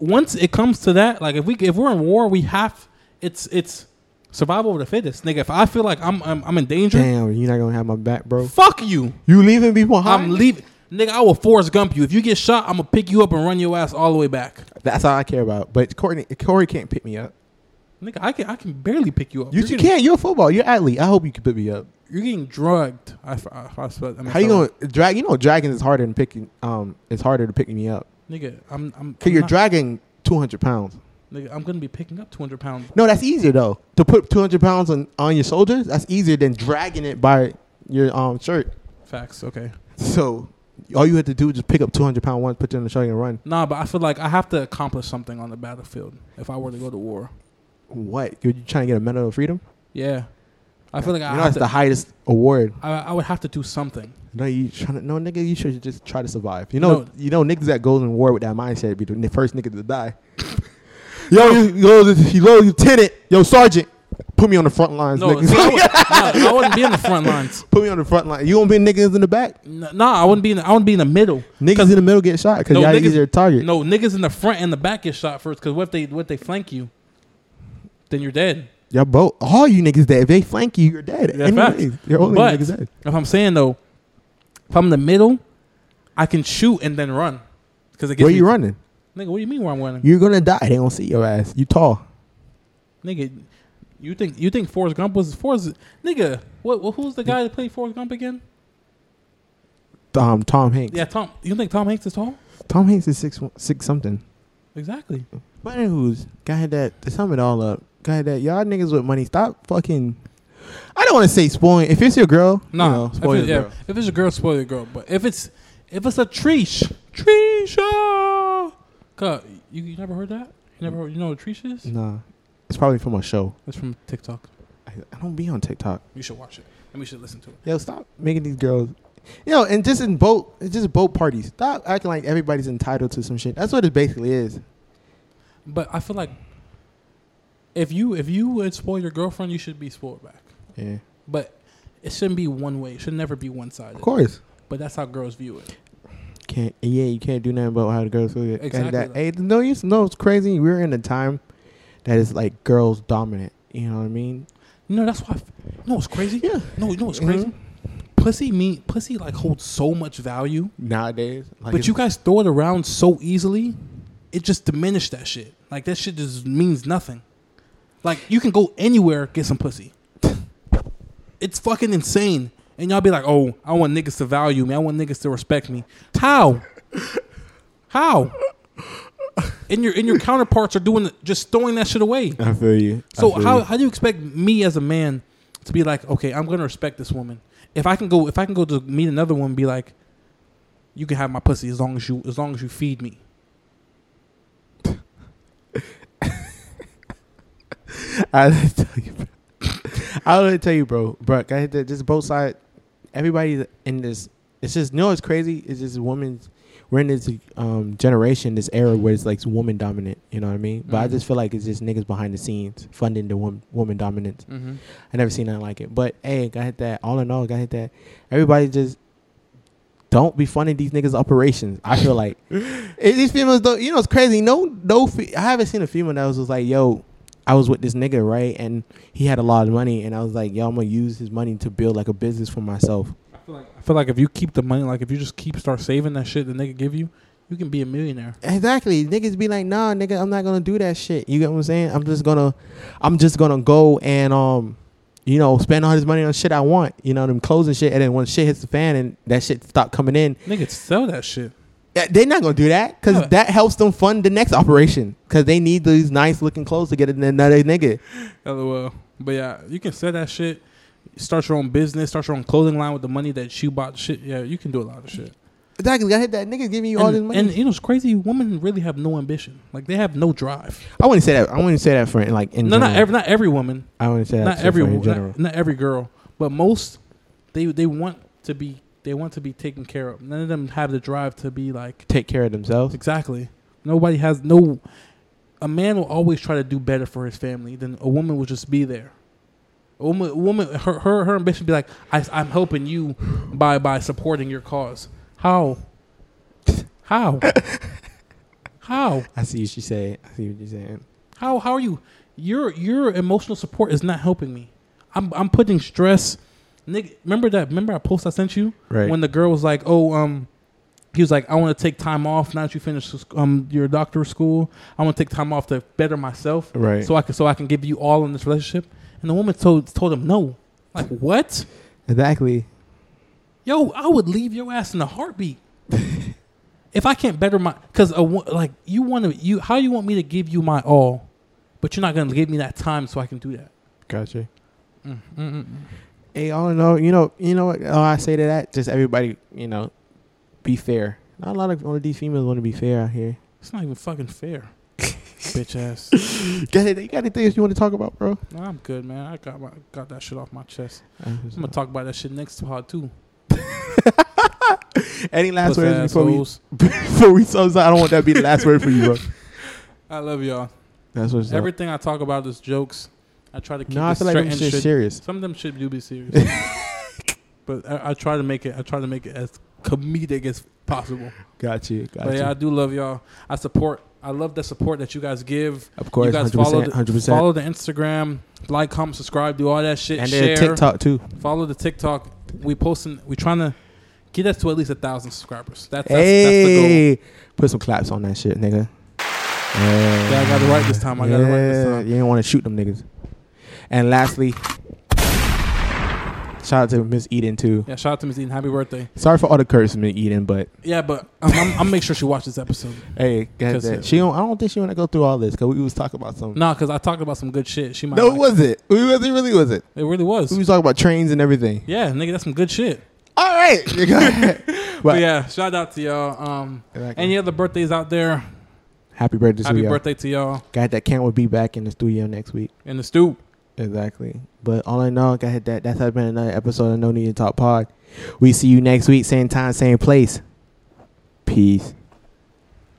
S1: Once it comes to that, like if we if we're in war, we have it's it's survival of the fittest, nigga. If I feel like I'm I'm, I'm in danger,
S2: Damn, you're not gonna have my back, bro.
S1: fuck you.
S2: You leaving me behind?
S1: I'm leaving, nigga. I will force gump you. If you get shot, I'm gonna pick you up and run your ass all the way back,
S2: That's all I care about. But Corey, Corey can't pick me up.
S1: nigga. I can I can barely pick you up.
S2: You,
S1: You're
S2: you
S1: getting,
S2: can't. You're a football. You're an athlete. I hope you can pick me up.
S1: You're getting drugged. I, f- I, I, swear- I mean,
S2: How you
S1: sorry.
S2: gonna drag? You know, dragging is harder than picking. Um, it's harder to pick me up.
S1: nigga? I'm I'm,
S2: Cause
S1: I'm
S2: you're
S1: not-
S2: dragging 200 pounds.
S1: nigga, I'm gonna be picking up 200 pounds.
S2: No, that's easier though. To put 200 pounds on, on your shoulders, that's easier than dragging it by your um shirt.
S1: Facts. Okay.
S2: So all you had to do was just pick up 200 pound one, put it on the shoulder, and run.
S1: Nah, but I feel like I have to accomplish something on the battlefield if I were to go to war.
S2: What? You're trying to get a Medal of Freedom?
S1: Yeah, I feel like I,
S2: you know
S1: have
S2: that's
S1: to,
S2: the highest award.
S1: I, I would have to do something.
S2: No, you trying to, no nigga, you should just try to survive. You know,
S1: No.
S2: you know niggas that goes in war with that mindset be the first nigga to die. yo, you, yo, this- you little lieutenant, yo sergeant, put me on the front lines,
S1: No, so
S2: niggas.
S1: I, would, nah, I wouldn't be in the front lines.
S2: put me on the front line. You gonna be niggas in the back?
S1: N- Nah, I wouldn't be in. The, I wouldn't be in the middle.
S2: Niggas in the middle get shot because
S1: No,
S2: y'all
S1: niggas-
S2: easier target.
S1: No, niggas in the front and the back get shot first. Because what if they what if they flank you? Then you're dead.
S2: Y'all both, all you niggas dead. If they flank you, you're dead.
S1: Yeah,
S2: Anyways, you're only
S1: But-
S2: niggas dead.
S1: If I'm saying though, if I'm in the middle, I can shoot and then run. Because it gets
S2: Where
S1: me-
S2: you running?
S1: Nigga, what do you mean where I'm running?
S2: You're gonna die. They don't see your ass. You tall.
S1: nigga, you think you think Forrest Gump was Forrest? Nigga, what, what? Who's the guy that played Forrest Gump again?
S2: Um, Tom Hanks.
S1: Yeah, Tom. You think Tom Hanks is tall?
S2: Tom Hanks is six one- six something.
S1: Exactly.
S2: But anywho's guy that to sum it all up, guy that y'all niggas with money, stop fucking. I don't want to say spoiling. If it's your girl,
S1: No,
S2: you know, spoil
S1: if, it-
S2: your
S1: yeah,
S2: girl.
S1: if it's a girl, spoil your girl. But if it's if it's a Trish, Trisha, Cut. you, you never heard that? You never heard, you know what Trish is?
S2: Nah, it's probably from a show.
S1: That's from TikTok.
S2: I, I don't be on TikTok.
S1: You should watch it, and we should listen to it.
S2: Yo, stop making these girls. Yo, and just in boat, it's just boat parties. Stop acting like everybody's entitled to some shit. That's what it basically is.
S1: But I feel like if you if you would spoil your girlfriend, you should be spoiled back.
S2: Yeah,
S1: But it shouldn't be one way. It should never be one sided.
S2: of course.
S1: But that's how girls view it.
S2: Can't. Yeah, you can't do nothing about how the girls feel. it.
S1: Exactly.
S2: And that, hey, no, you know it's crazy. We're in a time that is like girls dominant. You know what I mean?
S1: You know that's why. I f- you know what's crazy?
S2: Yeah.
S1: No, you know what's
S2: Mhm.
S1: crazy? Pussy mean pussy like holds so much value.
S2: Nowadays, like
S1: but
S2: it's-
S1: you guys throw it around so easily, it just diminished that shit. Like that shit just means nothing. Like you can go anywhere get some pussy. It's fucking insane. And y'all be like, "Oh, I want niggas to value me. I want niggas to respect me." How? How? And your and your counterparts are doing just throwing that shit away.
S2: I feel you. I
S1: So
S2: feel
S1: how
S2: you.
S1: how do you expect me as a man to be like, okay, I'm gonna respect this woman. If I can go if I can go to meet another woman and be like, you can have my pussy as long as you as long as you feed me.
S2: I don't tell you, bro. I don't tell you, bro. Bro, I hit that just both sides. Everybody in this, it's just no. It's crazy. It's just women's. We're in this um, generation, this era where it's like woman dominant. You know what I mean? But I
S1: Mhm.
S2: just feel like it's just niggas behind the scenes funding the woman woman dominance.
S1: Mm-hmm.
S2: I never seen nothing like it. But hey, got hit that. All in all, got hit that. Everybody just don't be funding these niggas' operations. I feel like Eh, these females though. You know, it's crazy. No, no. Fe- I haven't seen a female that was just like, yo. I was with this nigga, right? And he had a lot of money, and I was like, yo, I'm gonna use his money to build like a business for myself.
S1: I feel like I feel like if you keep the money, like if you just keep start saving that shit the nigga give you, you can be a millionaire.
S2: Exactly. Niggas be like, nah, nigga, I'm not gonna do that shit. You get what I'm saying? I'm just gonna, I'm just gonna go and um, you know, spend all this money on shit I want. You know, them clothes and shit. And then when shit hits the fan and that shit stop coming in,
S1: Nigga sell that shit.
S2: eh, they're not gonna do that because
S1: Yeah.
S2: that helps them fund the next operation because they need these nice looking clothes to get another nigga.
S1: LOL. But yeah, you can sell that shit. Start your own business, start your own clothing line with the money that you bought shit. Yeah, you can do a lot of shit.
S2: Exactly. I hit that nigga giving you all this
S1: And,
S2: money.
S1: and you know it's crazy, women really have no ambition. Like they have no drive.
S2: I wouldn't say that. I wouldn't say that for like in
S1: no,
S2: general.
S1: not every not every woman.
S2: I wouldn't say that
S1: not
S2: for-
S1: every
S2: in
S1: not,
S2: general.
S1: not every girl, but most they they want to be they want to be taken care of. None of them have the drive to be like
S2: Take care of themselves.
S1: exactly. Nobody has no. A man will always try to do better for his family than a woman will just be there. A woman, a woman, her her, her ambition be like I, I'm helping you by by supporting your cause. How? How? How?
S2: I see what you say. I see what you're saying.
S1: How how are you? Your your emotional support is not helping me. I'm I'm putting stress. Nigga, remember that? Remember that post I sent you
S2: Right.
S1: when the girl was like, "Oh, um, he was like, I want to take time off now that you finished sc- um your doctorate school. I want to take time off to better myself,
S2: right.
S1: so I can so I can give you all in this relationship." And the woman told told him no. Like what?
S2: Exactly.
S1: Yo, I would leave your ass in a heartbeat. if I can't better my, because like you want to you how you want me to give you my all, but you're not gonna give me that time so I can do that.
S2: Gotcha.
S1: mm
S2: Hey, all in all, you know, you know what? All I say to that, just everybody, you know, be fair. Not a lot of, all of these females want to be fair out here.
S1: It's not even fucking fair, bitch ass.
S2: Got it? You got anything else you want to talk about, bro?
S1: Nah, I'm good, man. I got my got that shit off my chest. I'm gonna talk about that shit next pod too.
S2: Any last
S1: Puss
S2: words before we
S1: assholes.
S2: before we sums up? I don't want that to be the last word for you, bro.
S1: I love y'all.
S2: That's what's up.
S1: Everything I talk about is jokes. I try to keep
S2: No, I
S1: it
S2: feel like
S1: straight
S2: I'm
S1: and
S2: shit
S1: shit.
S2: serious.
S1: Some of them shit do be serious, but I, I try to make it. I try to make it as comedic as possible.
S2: Got you. Got
S1: But
S2: you.
S1: yeah, I do love y'all. I support. I love the support that you guys give.
S2: of course,
S1: you guys
S2: hundred
S1: follow
S2: percent,
S1: the-
S2: hundred percent,
S1: Follow the Instagram, like, comment, subscribe, do all that shit.
S2: and
S1: share.
S2: then TikTok too.
S1: Follow the TikTok. We posting. We trying to Get us to at least a thousand subscribers. That's that's,
S2: hey, put some claps on that shit, nigga. Yeah,
S1: Yeah, I got it right this time. I got it right this time.
S2: You didn't want to shoot them niggas. And lastly, shout out to Miss Eden
S1: that's the goal.
S2: too.
S1: Yeah, shout out to Miss Eden. Happy birthday.
S2: Sorry for all the curses, Miss Eden, but
S1: Yeah, but I'm, I'm, I'm make sure she watches this episode.
S2: hey, guess
S1: Cause
S2: that.
S1: it-
S2: she don't, I don't think she want to go through all this because we was talking about some.
S1: Nah, because I talked about some good shit. She might.
S2: No, it
S1: like it
S2: was it. We was it really was it.
S1: It really was.
S2: We was talking about trains and everything.
S1: Yeah, nigga, that's some good shit.
S2: All right, nigga.
S1: But
S2: But-
S1: yeah, shout out to y'all. Um,
S2: Exactly.
S1: any other birthdays out there?
S2: Happy birthday,
S1: Happy
S2: to you
S1: birthday to y'all
S2: God, that Cam will be back in the studio next week.
S1: in the stoop.
S2: Exactly. But all I know, God, that that has been another episode of No Need to Talk Pod. We see you next week, same time, same place. Peace.